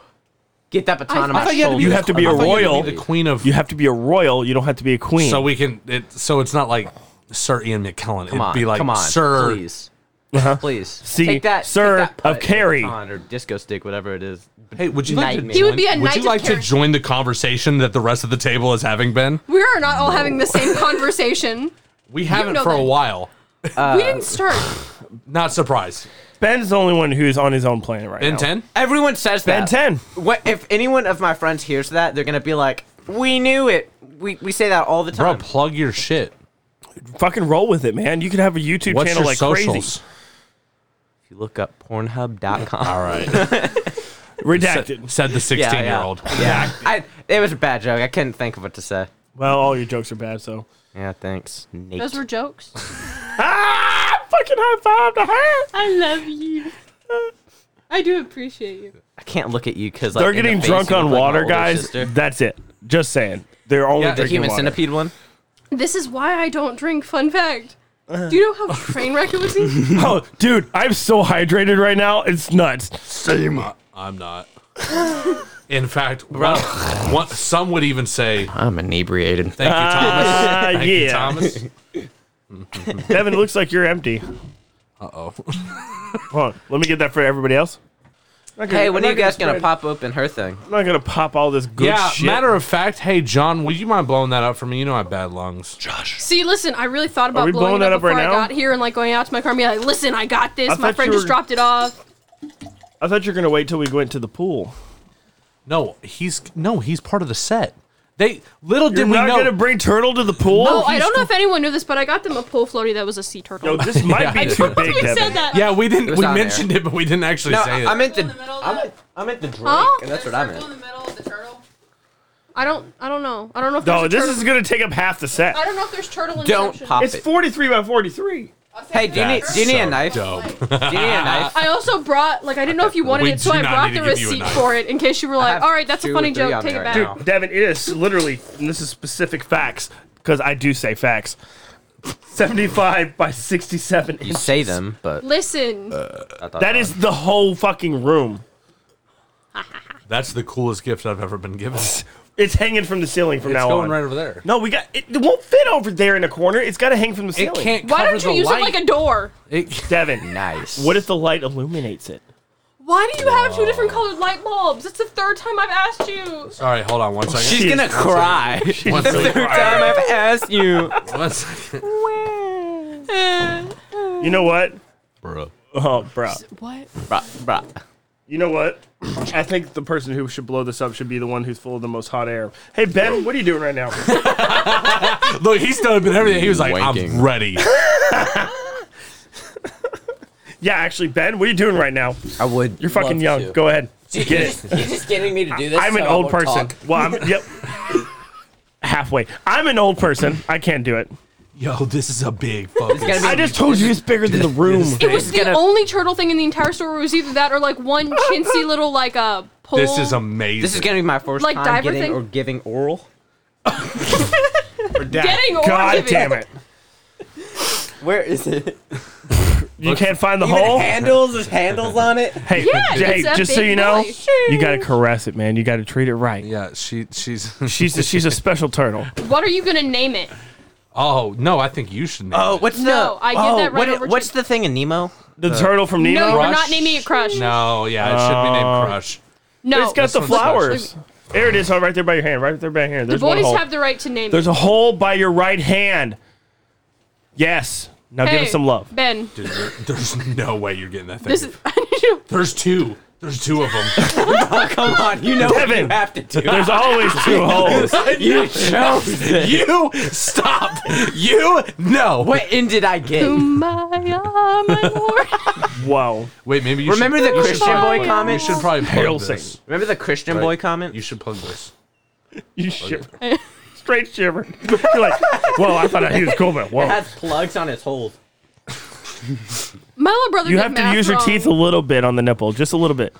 Get that baton on my
thought you had to be
shoulder.
You have to be
I
a
thought you had to be
royal.
the queen of-
You have to be a royal. You don't have to be a queen.
So we can. It, so it's not like Sir Ian McKellen.
Come
It'd
on,
be like
come on,
Sir
please. Please.
See,
take that,
sir
take that
of
putt,
Carey.
con Or disco stick, whatever it is.
Hey, would you like
Nightmare.
to,
He would be a
would
knight
you
of
like to
character.
join the conversation that the rest of the table is having been?
We are not all having the same conversation.
We
You
haven't
know
for a
that.
while.
Uh,
we didn't start.
Not surprised.
Ben's the only one who's on his own planet right
Ben
now.
10?
Everyone says
Ben
that.
10.
What, if anyone of my friends hears that, they're going to be like, we knew it. We, we say that all the time. Bro,
plug your shit.
Fucking roll with it, man. You could have a YouTube
What's
channel
your
like
socials? If you look up pornhub.com. All
right.
Redacted.
Said, the 16-year-old.
Yeah. yeah. I, it was a bad joke. I couldn't think of what to say.
Well, all your jokes are bad, so.
Yeah, thanks. Nate.
Those were jokes.
ah! Fucking high five to her.
I love you. I do appreciate you.
I can't look at you because
They're getting drunk on water, guys. That's it. Just saying. They're only
Yeah, the
drinking
human
water.
centipede one.
This is why I don't drink. Fun fact. Do you know how train wreck it would be?
oh, dude, I'm so hydrated right now. It's nuts. Same.
I'm not. In fact, one, one, some would even say
I'm inebriated.
Thank you, Thomas.
Ah,
Thank you,
yeah.
Thomas.
Devin, it looks like you're empty.
Uh oh.
Hold on. Let me get that for everybody else. I'm not gonna-
Hey, when
I'm
are you
not
guys gonna
spread-
pop open her thing?
I'm not gonna pop all this good
yeah,
shit.
matter of fact, hey John, would you mind blowing that up for me? You know I have bad lungs. Josh.
See, listen, I really thought
Are we
about blowing,
blowing
it
that
up,
up right
before I
now?
got here and like going out to my car and be like, listen, I got this.
I
my
thought
friend
you
just
were-
dropped it off.
I thought you were gonna wait till we went to the pool.
No, he's no, he's part of the set. They little
You're
did we
not
know
gonna bring Turtle to the pool.
oh, I don't know if anyone knew this, but I got them a pool floaty that was a sea turtle.
Yo, this might
Yeah.
be too big,
We
Devin.
said that.
Yeah, we didn't.
was
We
on there.
mentioned it, but we didn't actually
No,
say it.
I meant the. I meant, I meant the drink,
Huh?
and that's what I meant.
I don't. I don't know. I don't know if.
No,
there's a
this
turtle.
is gonna take up half the set.
I don't know if there's turtle.
Don't
inception.
pop
It's
it.
43 by 43.
Hey, do you need do you need a knife? Do you need a knife?
I also brought like I didn't know if you wanted
We
it, so
do
I
not
brought
need
the
to give you a
receipt
knife.
for it in case you were like, "All right, that's a funny joke. Take it back."
Dude, Devin, it is literally, and this is specific facts, because I do say facts. 75 by 67
Uh-huh.
You say them, but
Listen,
Uh,
That is the whole fucking room.
That's the coolest gift I've ever been given.
It's hanging from the ceiling from
It's
now
going
on.
right over there.
No, we got it, it won't fit over there in the corner. It's got to hang from the ceiling.
can't
why don't you use it like a door?
Devin.
Nice.
What if the light illuminates it?
Why do you have two different colored light bulbs? It's the third time I've asked you.
Sorry, hold on one second.
She's gonna cry.
One
The
second.
third time I've asked you.
One second.
You know what?
Bruh.
Oh, bruh.
What?
Bruh, bruh.
You know what? I think the person who should blow this up should be the one who's full of the most hot air. Hey, Ben, what are you doing right now?
Look, he's done up and everything. He was like,
Wanking.
I'm ready.
yeah, actually, Ben, what are you doing right now?
I would.
You're fucking young. Go ahead. Get it.
You're just getting me to do this.
I'm an
so I
old
won't
person.
talk.
Well, I'm yep. Halfway. I'm an old person. I can't do it.
Yo, this is a big focus.
be- I just told you it's bigger than the room.
It was the only turtle thing in the entire store. It was either that or like one chintzy little like a uh, pole.
amazing.
This is gonna be my first
Like
time
diver
getting
thing?
or giving oral.
Getting or
God
giving.
damn it!
Where is it?
You can't find the
Even
hole.
handles? There's handles on it?
Hey,
Yeah,
hey
it's a
just so
big
you know,
boy.
you gotta caress it, man. You gotta treat it right.
Yeah, she she's
she's a, she's a special turtle.
What are you gonna name it?
oh no, I think you should. Name
Oh, what's the?
No, I give
oh,
that right
what-
over to-
What's the thing in Nemo?
The turtle from Nemo?
No, we're not naming it Crush.
No, yeah, it should be named Crush.
No.
it's got the flowers. There it is, oh, right there by your hand. Right there by your hand.
The
There's
boys
one hole.
have the right to name
There's
it.
a hole by your right hand. Yes. Now give
Hey,
us some love.
Ben.
Dude, there- there's no way you're getting that thing.
This is.
there's two. There's two of them.
Oh, come on. You know
Devin,
what you have to do.
There's always two holes.
you chose it.
You stop. You no.
What end did I get? uh,
Kumbaya, my lord.
Wow.
Wait, maybe you
Remember
should,
the
you should
Christian
probably-
boy comment?
You should probably plug
Hail
this.
Satan.
Remember the Christian boy comment?
You should plug this.
You shiver. Straight shiver. You're like, whoa, I thought he was cool, but
It
whoa.
has plugs on its holes.
My little brother.
You
did
have to
math
use your
wrong.
teeth a little bit on the nipple, just a little bit.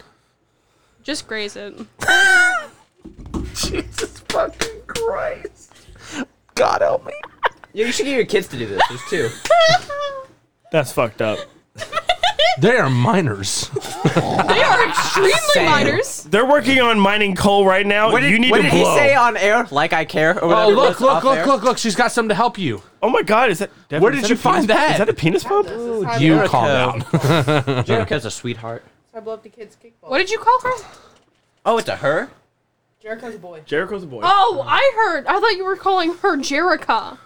Just graze it.
Jesus fucking Christ. God help me. Yeah, you should get your kids to do this. There's two.
That's fucked up.
They are miners.
They are extremely
Same.
minors.
They're working on mining coal right now.
What did,
you need
what
to
did
blow.
he say on air? Like I care? Or
Oh,
whatever it
look,
was
look,
off
look,
air?
look, look. She's got something to help you.
Oh my God, is that.
Where
is
did
that
you
a
find
penis-
that?
Is that a penis pump?
you
Jericho.
calm down.
Jericho's a sweetheart.
So I blow up the kid's kickball.
What did you call her?
Oh, it's a her?
Jericho's a boy.
Jericho's a boy.
Oh, I heard. I thought you were calling her Jerica.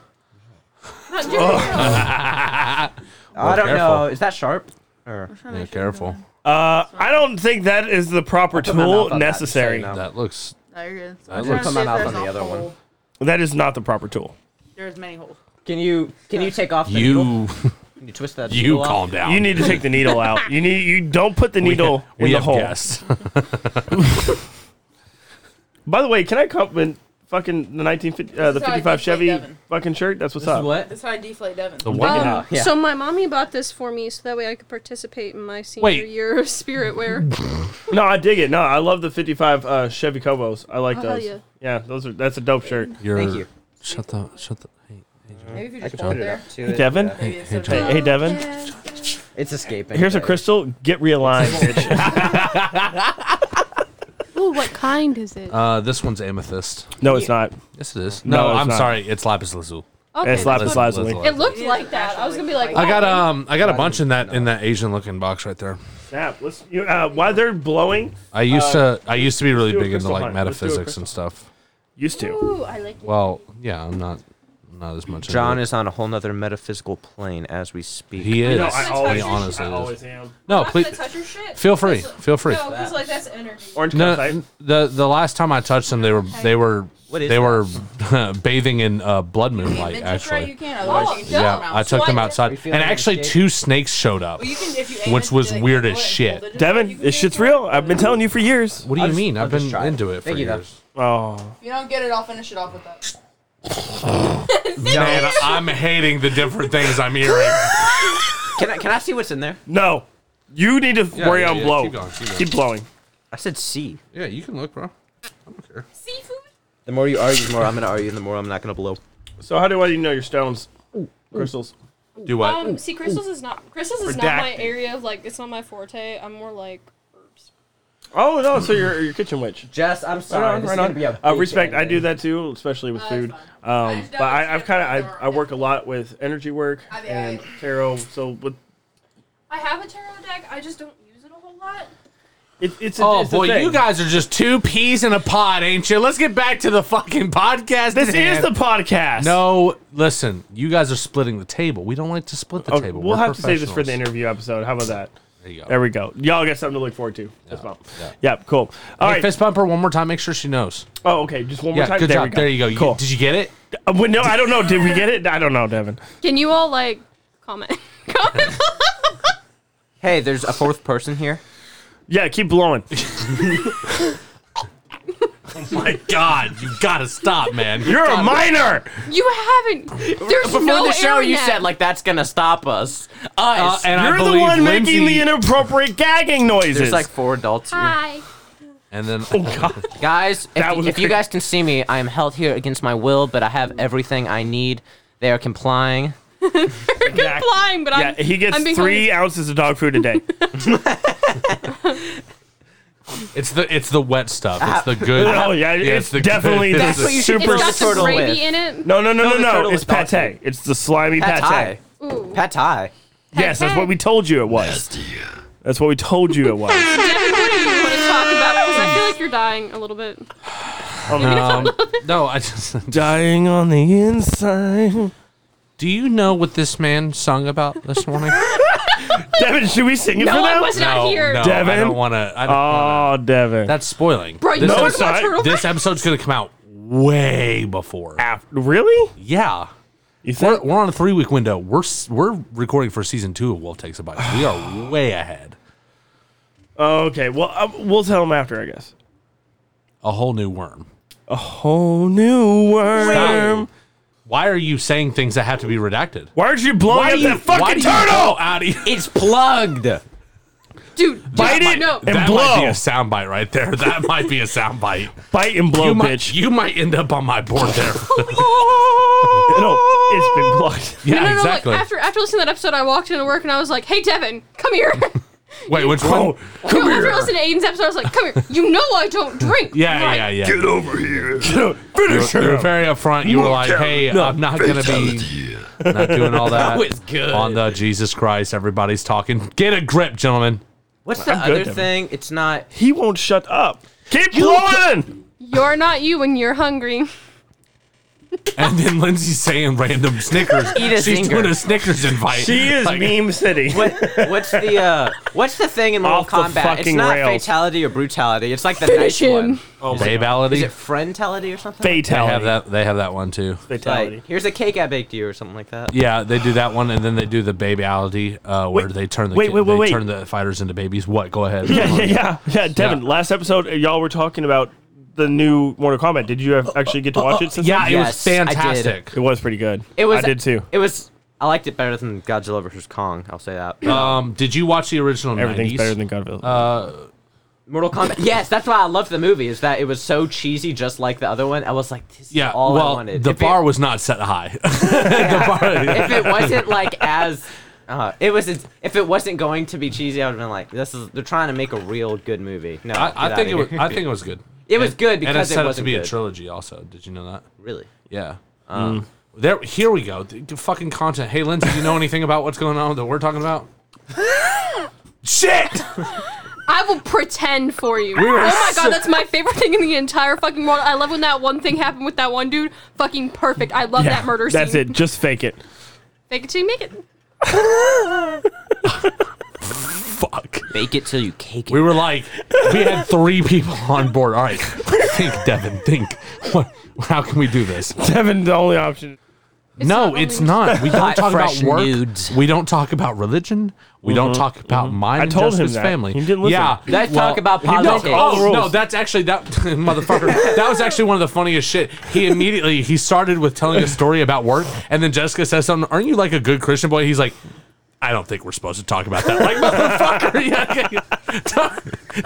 Not Jericho.
I
I don't know. Is that sharp?
Yeah, careful.
Uh, I don't think that is the proper
put my mouth
tool
on that,
necessary.
just so you
That looks.
There you go.
I looked on my mouth on the other one.
That is not the proper tool.
There's many holes.
Can you can you take off the
You-
needle? Can you twist that?
You
needle off?
calm down.
You need to take the needle out. You need you don't put the
We-
needle
we
in the
have
hole.
guests.
By the way, can I compliment fucking the 1950 uh, the
This is how I
55
deflate
Chevy
Devin.
fucking shirt? That's what's up.
That's how I deflate Devin.
The what?
Oh,
Um, So my mommy bought this for me so that way I could participate in my senior
Wait.
year of spirit wear.
No, I dig it. No, I love the 55 uh, Chevy Cobos. I like
Oh, hell
those.
yeah.
those are that's a dope shirt.
You're, Shut the. Shut the. Hey, hey, John.
Maybe if you
Hey,
just
John.
hold it up
Hey, Devin.
Hey,
Hey,
hey, John.
hey, Devin.
It's escaping.
Here's a crystal. Get realigned, bitch.
Ooh, what kind is it?
Uh, this one's amethyst.
No, it's not.
Yes, it is.
No,
No,
it's
I'm
not.
sorry. It's lapis lazuli.
it's lapis lazuli.
It looked like that. I was gonna be like,
I got
oh,
um, I got a bunch in that in that Asian looking box right there.
Snap. Let's. You, uh, while they're blowing.
I used
uh,
to I used to be really
do a
big into
crystal
like
hunt. Let's do a
metaphysics
crystal
and stuff.
Used to.
Ooh, I like
Well, yeah, I'm not not as much.
John
into
is on a whole nother metaphysical plane as we speak.
He is.
No, I always-
he honestly
I
is.
always am.
No,
Not
please.
gonna touch your shit?
Feel free.
That's-
Feel free.
No, 'cause, like that's energy.
Orange
No, the the last time I touched them, they were they were
What is
they
that?
were bathing in uh, blood moonlight.
Mitchell, try,
Actually,
you can,
Oh,
otherwise you can
yeah,
shut your mouth.
I took
So
them
I-
outside,
Are you
and
feeling
actually
escaped?
two snakes showed up,
Well, you can- if you aim
which
it,
was
like,
weird as shit.
Devin, this shit's real. I've been telling you for years.
What do you mean? I've been into it for years.
Oh.
If you don't get it, I'll finish it off with that.
Man, I'm hating the different things I'm hearing.
Can I can I see what's in there?
No. You need to
Yeah,
worry
yeah,
on
yeah.
blow.
Keep going, keep going.
blowing.
I said C.
Yeah, you can look, bro. I don't care.
The more you argue, the more I'm gonna argue, and the more I'm not gonna blow.
So how do I know your stones? Crystals.
Do
Um, see, crystals is not crystals is not my
Uh, Redacted.
area of like. It's not my forte. I'm more like
Oh no! So you're your kitchen witch.
Jess, I'm sorry.
Right on,
This is
right
gonna
on.
be a
uh,
big
respect. I
anime.
do that too, especially
Oh,
with food. Um, but I, I've kind of I, I work a lot with energy work and tarot. So with
I have a tarot deck. I just don't use it a whole lot.
it, it's a,
Oh
it's a
boy,
thing.
you guys are just two peas in a pod, ain't you? Let's get back to the fucking podcast.
This
at
is
hand.
the podcast.
No, listen, you guys are splitting the table. We don't like to split the
Okay,
table.
We'll
We're
have to save this for the
professionals.
interview episode. How about that?
There you go.
There we go. Y'all got something to look forward to. Fist bump.
yeah.
Yep. Cool. All
Hey,
right.
fist bump her one more time. Make sure she knows.
Oh, okay. Just one more
Yeah,
time.
good
there
job.
We go.
There you go. You-
Cool.
did you get it?
Uh, well, no, I don't know. Did we get it? I don't know, Devin.
Can you all like comment?
Hey, there's a fourth person here.
Yeah, keep blowing.
Oh my God, you gotta stop, man.
You're a
Gotta-
minor.
you haven't. There's
Before
no
the show,
air
you
net.
said like that's gonna stop us. Us.
Uh, and I
You're the
believe
one making
Lindsay-
the inappropriate gagging noises.
There's like four adults here.
Hi.
And then
Oh.
Guys,
That
if,
was
if you
crazy.
guys can see me, I am held here against my will, but I have everything I need. They are complying.
Exactly.
Flying, but
Yeah,
I'm.
he gets
I'm being
three ounces of dog food a day.
it's the it's the wet stuff. It's the good.
Oh, yeah, it's definitely the That's what you should super-
It's
Versus
got some
turtle
gravy
with.
in it.
No, no, no,
No,
no,
the
no.
turtle
It's
is dog
pate. It's the slimy pate.
Pad Thai.
Ooh.
Pad Thai.
Yes, that's what we told you it was. That's what we told you it was.
Devin, what do you want to talk about? Because I feel like you're dying a little bit.
Um, no, I just.
Dying on the inside.
Do you know what this man sung about this morning?
Devin, should we sing it
No,
for
I
them?
was not here.
no,
Devin?
I don't want to. I don't
oh,
wanna,
Devin.
that's spoiling.
Bro, you
this,
know
it's not.
turtle
this episode's gonna come out way before.
Af- really?
Yeah. We're, we're on a three week window. We're s- we're recording for season two of Wolf Takes a Bite. We are way ahead.
Oh, okay. Well, uh, we'll tell them after, I guess.
A whole new worm.
A whole new worm.
Why are you saying things that have to be redacted?
Why aren't you blowing
Why
up
do you-
that
why
fucking
do you
turtle?
blow out of-
It's plugged.
Dude,
Bite
just-
it
no.
that might be a soundbite right there. That might be a soundbite.
Bite and blow,
you
bitch.
Might, you might end up on my board there.
no, it's been blocked.
Yeah,
no, no,
exactly.
Like, after after listening to that episode, I walked into work and I was like, "Hey, Devin, come here."
Wait, which one?
no, after listening to Aiden's episode, I was like, "Come here. You know I don't drink."
Yeah, yeah, yeah. Get
over here.
Finish you were very upfront. You were like,
Mortality.
"Hey,
No,
I'm not gonna be not doing all that."
That was good.
On the Jesus Christ, everybody's talking. Get a grip, gentlemen.
What's the
I'm good,
other
Devin.
thing? It's not.
He won't shut up. Keep
blowing. You're not you when you're hungry.
And then Lindsay's saying random Snickers.
Eat a
She's
Zinger.
doing a Snickers invite. Like-
city.
what's the uh, what's the thing in Mortal
Off the
Kombat? It's
fucking
not
rails.
fatality or brutality. It's like the
Finish
nice
him.
one.
Oh my Fatality?
Is it friendality or something?
They have that. They have that one too.
It's Like, here's a cake I baked you or something like that.
Yeah, they do that one, and then they do the babyality, uh, where
Wait,
they turn the
wait,
ki-
wait, wait,
they
wait.
turn the fighters into babies. What? Go ahead.
Yeah, yeah, yeah, yeah. Devin, last episode, uh, y'all were talking about the new Mortal Kombat. Did you have, actually get to watch it? Since
Uh, yeah,
then?
it was Yes, I did. fantastic.
It was pretty good.
It was.
I did too.
It was. I liked it better than Godzilla vs Kong. I'll say that.
Um, did you watch the original?
Everything's
90s?
better than Godfather.
Uh,
Mortal Kombat. yes, that's why I loved the movie. Is that it was so cheesy, just like the other one. I was like, this
yeah.
is all I
well,
wanted.
the
if,
bar was not set high.
if it wasn't like as, uh, it was. If it wasn't going to be cheesy, I would have been like, this is. They're trying to make a real good movie. No, get
I, I
outta
think it was.
here.
I think it was good.
It was
And-
good
and
because
it's
it
set up
wasn't
to be a
good.
trilogy. Also, did you know that?
Really?
Yeah.
Um,
Um, there. Here we go. The, the fucking content. Hey, Lindsay, do you know anything about what's going on that we're talking about? Shit!
I will pretend for you.
We were
oh my
so-
god, that's my favorite thing in the entire fucking world. I love when that one thing happened with that one dude. Fucking perfect. I love
Yeah,
that murder scene.
That's it. Just fake it.
Fake it till you make it.
Bake it till you cake it.
We were like, we had three people on board. All right, think, Devin, think. What? How can we do this?
Devin, the only option.
no, it's not. We don't
Hot,
talk about
fresh
work.
nudes.
We don't talk about religion. We don't
Mhm,
talk about mine.
I
and
told him
Justin's
that.
family.
He didn't listen.
Yeah,
Let's talk about
he knows
politics.
all the
Oh,
rules. No,
rules.
that's actually that motherfucker. that was actually one of the funniest shit. He immediately he started with telling a story about work, and then Jessica says something. Aren't you like a good Christian boy? He's like. I don't think we're supposed to talk about that. Like, motherfucker, yeah, yeah, yeah. Don't,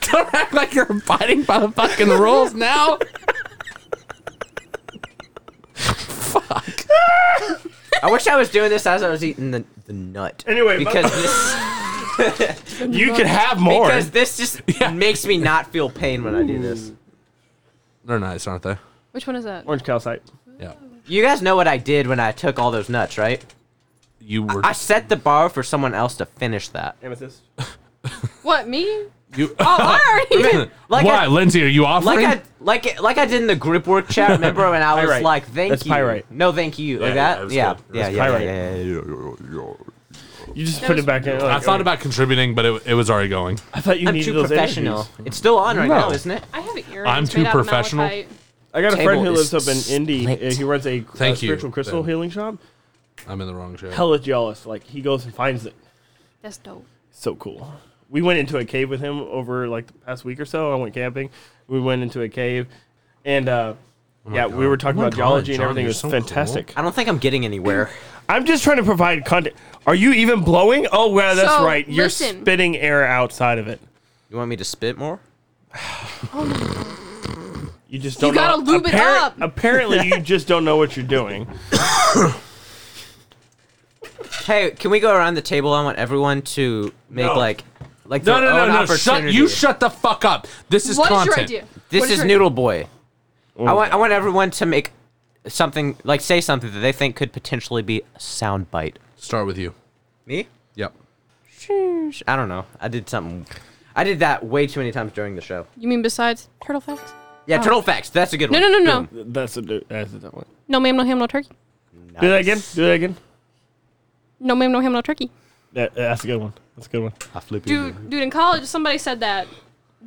don't act like you're abiding by the fucking rules now.
I wish I was doing this as I was eating the, the nut.
Anyway,
because this,
You could have more.
Because this just makes me not feel pain when I do this.
They're nice, aren't they?
Which one is that?
Orange calcite.
Yeah.
You guys know what I did when I took all those nuts, right?
You were.
I set the bar for someone else to finish that.
Amethyst.
What, me?
You.
Oh, I already.
Like
Why,
I-
Lindsay? Are you offering?
Like I like like I did in the group work chat. Remember when I was
Pyrite.
like, "Thank
That's
you."
pyrite.
No, thank you. like
Yeah,
that.
yeah,
Yeah,
it was good. It
yeah,
was
yeah, yeah,
pyrite.
yeah, yeah, yeah.
You just
That
put
was-
it back in.
I thought about contributing, but it, it was already going.
I thought you
I'm
needed
too
those
professional.
energies.
It's still on right
No.
now, isn't it?
I have an earring.
I'm
It's
too
made out of
professional.
malachite.
I got a
Table
friend who lives up
is
in Indy. uh, He runs a uh,
Thank you,
spiritual crystal
Ben.
healing shop.
I'm in the wrong show.
Hella jealous. Like he goes and finds it.
That's dope.
So cool. We went into a cave with him over like the past week or so. I went camping. We went into a cave, and uh, yeah, we were talking
Oh my
about
God,
geology and
John,
everything. It
you're
was
so
fantastic.
I don't think I'm getting anywhere.
I'm just trying to provide content. Are you even blowing? Oh, well, that's
So,
right. You're
listen.
spitting air outside of it.
You want me to spit more?
You just
You
don't.
gotta
know.
lube it
Appar-
up.
Apparently, you just don't know what you're doing.
Hey, can we go around the table? I want everyone to make
No.
like, like
No,
their
no,
own
no, no! Shut
opportunity.
you! Shut the fuck up! This is
What is your
content.
idea? This is Noodle Boy.
Oh.
I want I want everyone to make something like say something that they think could potentially be a sound bite.
Start with you.
Me?
Yep.
Sheesh. I don't know. I did something. I did that way too many times during the show.
You mean besides turtle facts?
Yeah,
Oh.
turtle facts. That's a good
No,
one.
no, no,
no.
That's a that's a one.
No, ma'am, no ham, no turkey.
Do that again. Do that again.
No, ma'am, no ham, no turkey.
That, that's a good one. That's a good one. I flip
dude, dude in college somebody said that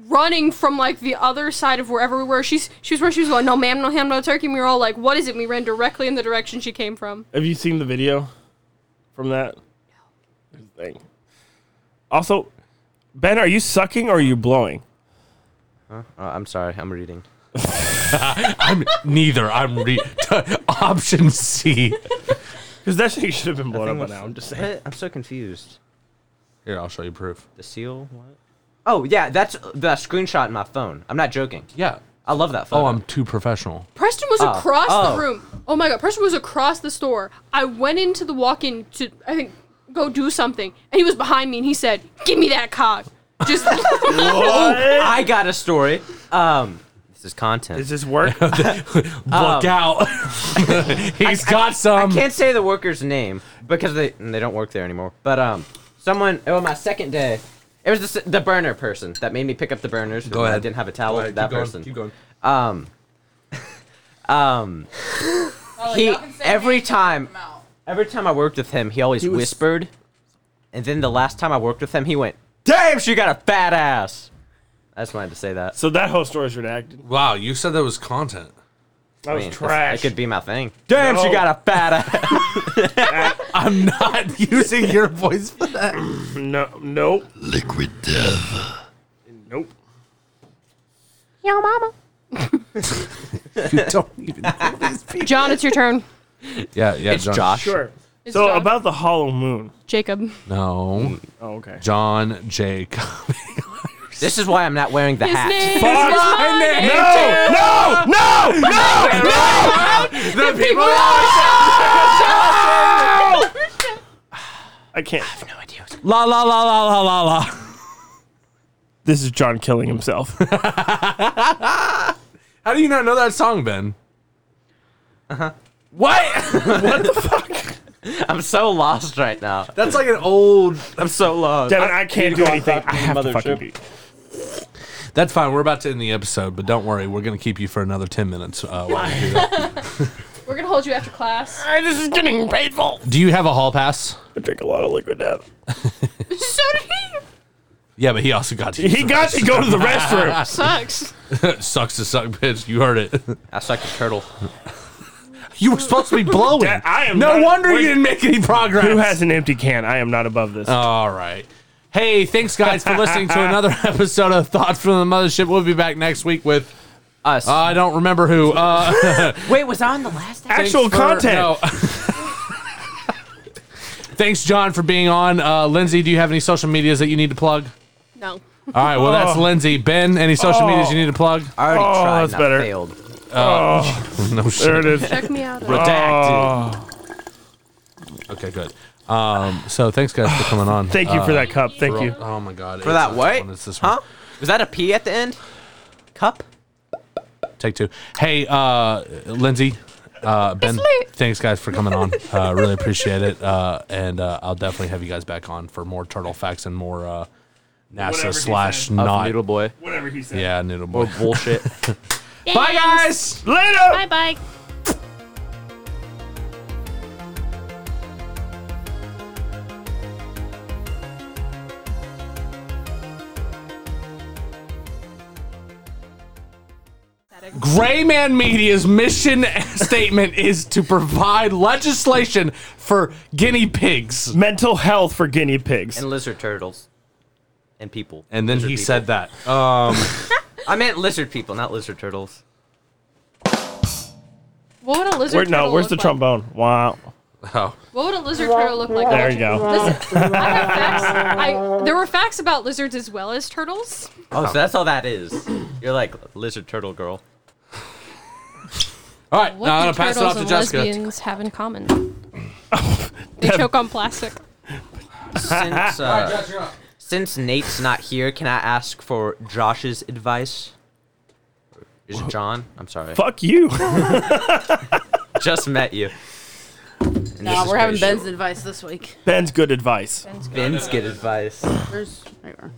running from like the other side of wherever we were she's she was where she was going no ma'am no ham no turkey and we were all like what is it and we ran directly in the direction she came from
Have you seen the video from that? There's a Thing. Also, Ben, are you sucking or are you blowing?
Huh? Uh, I'm sorry. I'm reading.
I'm neither. I'm re- option C.
Because that shit should have been blown
Nothing
up by
was-
now. I'm just saying.
What? I'm so confused.
Here, I'll show you proof.
The seal? What? Oh yeah, that's the screenshot in my phone. I'm not joking.
Yeah.
I love that photo.
Oh, I'm too professional.
Preston was
Oh.
across
Oh.
the room. Oh my god, Preston was across the store. I went into the walk-in to I think go do something, and he was behind me, and he said, "Give me that cock." Just
Oh, I got a story. Um, this is content. Is
this work?
Look
out. Um, He's got some.
Um,
I can't say the worker's name because they and they don't work there anymore. But um, someone. Oh, my second day. It was the, s- the burner person that made me pick up the burners.
Go
when I
ahead.
didn't have a towel.
Go ahead,
That
keep going,
person.
keep going.
Um. um.
Oh,
he every time. Every time I worked with him, he always
He was-
whispered. And then the last time I worked with him, he went, "Damn, she got a fat ass." I just wanted to say that.
So that whole story's redacted.
Wow, you said that was content.
That was
That
trash.
could be my thing. Damn, she
No.
got a fat ass.
I'm not using your voice for that.
No, nope. Liquid death. Nope.
Yo, mama.
you don't even know these people.
John, it's your turn.
Yeah, yeah,
It's
John.
Josh. Sure.
It's
so
John.
about the Hollow Moon.
Jacob.
No.
Oh, okay.
John Jake.
this is why I'm not wearing the
His
hat.
name
Fuck.
is mine.
No! No! No!
No! The people.
I can't.
La la la la la la la.
This is John killing himself.
How do you not know that song, Ben? Uh huh. What?
what the fuck?
I'm so lost right now.
That's like an old.
I'm so lost.
Devin, I can't do anything. I have to
Mothership.
fucking be.
That's fine. We're about to end the episode, but don't worry. We're going to keep you for another 10 minutes. Uh, while we do that.
We're gonna hold you after class.
this is getting painful.
Do you have a hall pass?
I drink a lot of liquid death.
so did he.
Yeah, but he also got to.
He got to go to the restroom.
Sucks.
Sucks to suck, bitch. You heard it.
I sucked a turtle.
You were supposed to be blowing.
Dad, I am
No
not-
wonder
wait.
you didn't make any progress.
Who has an empty can? I am not above this.
All right. Hey, thanks guys for listening to another episode of Thoughts from the Mothership. We'll be back next week with
us.
Uh, I don't remember who. Uh,
Wait, was I on the last episode?
Thanks for- no. thanks, John, for being on. Uh, Lindsay, do you have any social medias that you need to plug?
No.
All right. Well, that's Lindsay. Ben, any social
Oh.
medias you need to plug?
I already
Oh,
tried.
that's
and I
better.
Failed.
Uh, no shit.
There it is.
Check me out.
Oh.
Redacted. Okay, good. Um, so thanks guys for coming on.
Thank you for
Uh,
that cup. Thank
for-
you.
Oh my god.
For that what?
It's this
Huh? Was that a P at the end? Cup?
Take two. Hey, uh, Lindsay, uh, Ben, thanks guys for coming on. Uh, really appreciate it. Uh, and uh, I'll definitely have you guys back on for more turtle facts and more uh, NASA
Whatever he
slash
said. Of
not
Noodle Boy.
Whatever he said.
Yeah, Noodle Boy.
Or bullshit.
Bye, guys.
Later.
Bye, bye.
Gray Man Media's mission statement is to provide legislation for guinea pigs.
Mental health for guinea pigs.
And lizard turtles. And people.
And then
Lizard
he
people.
said that. Um,
I meant lizard people, not lizard turtles.
What would a lizard
Where,
turtle
no, where's the
look like?
trombone? Wow.
Oh.
What would a lizard turtle look like?
There you go.
Listen, I have facts. I, there were facts about lizards as well as turtles.
Oh, so that's all that is. You're like lizard turtle girl.
All right,
What
now I'm
do
gonna pass
turtles
it off to
and
Jessica.
lesbians have in common? they choke on plastic.
Since, uh,
Alright, Josh, you're up.
since Nate's not here, can I ask for Josh's advice? Is it John? I'm sorry.
Fuck you.
Just met you. And this
No,
is
we're having
great.
Ben's advice this week.
Ben's good advice.
Ben's good advice.
There's, there you are.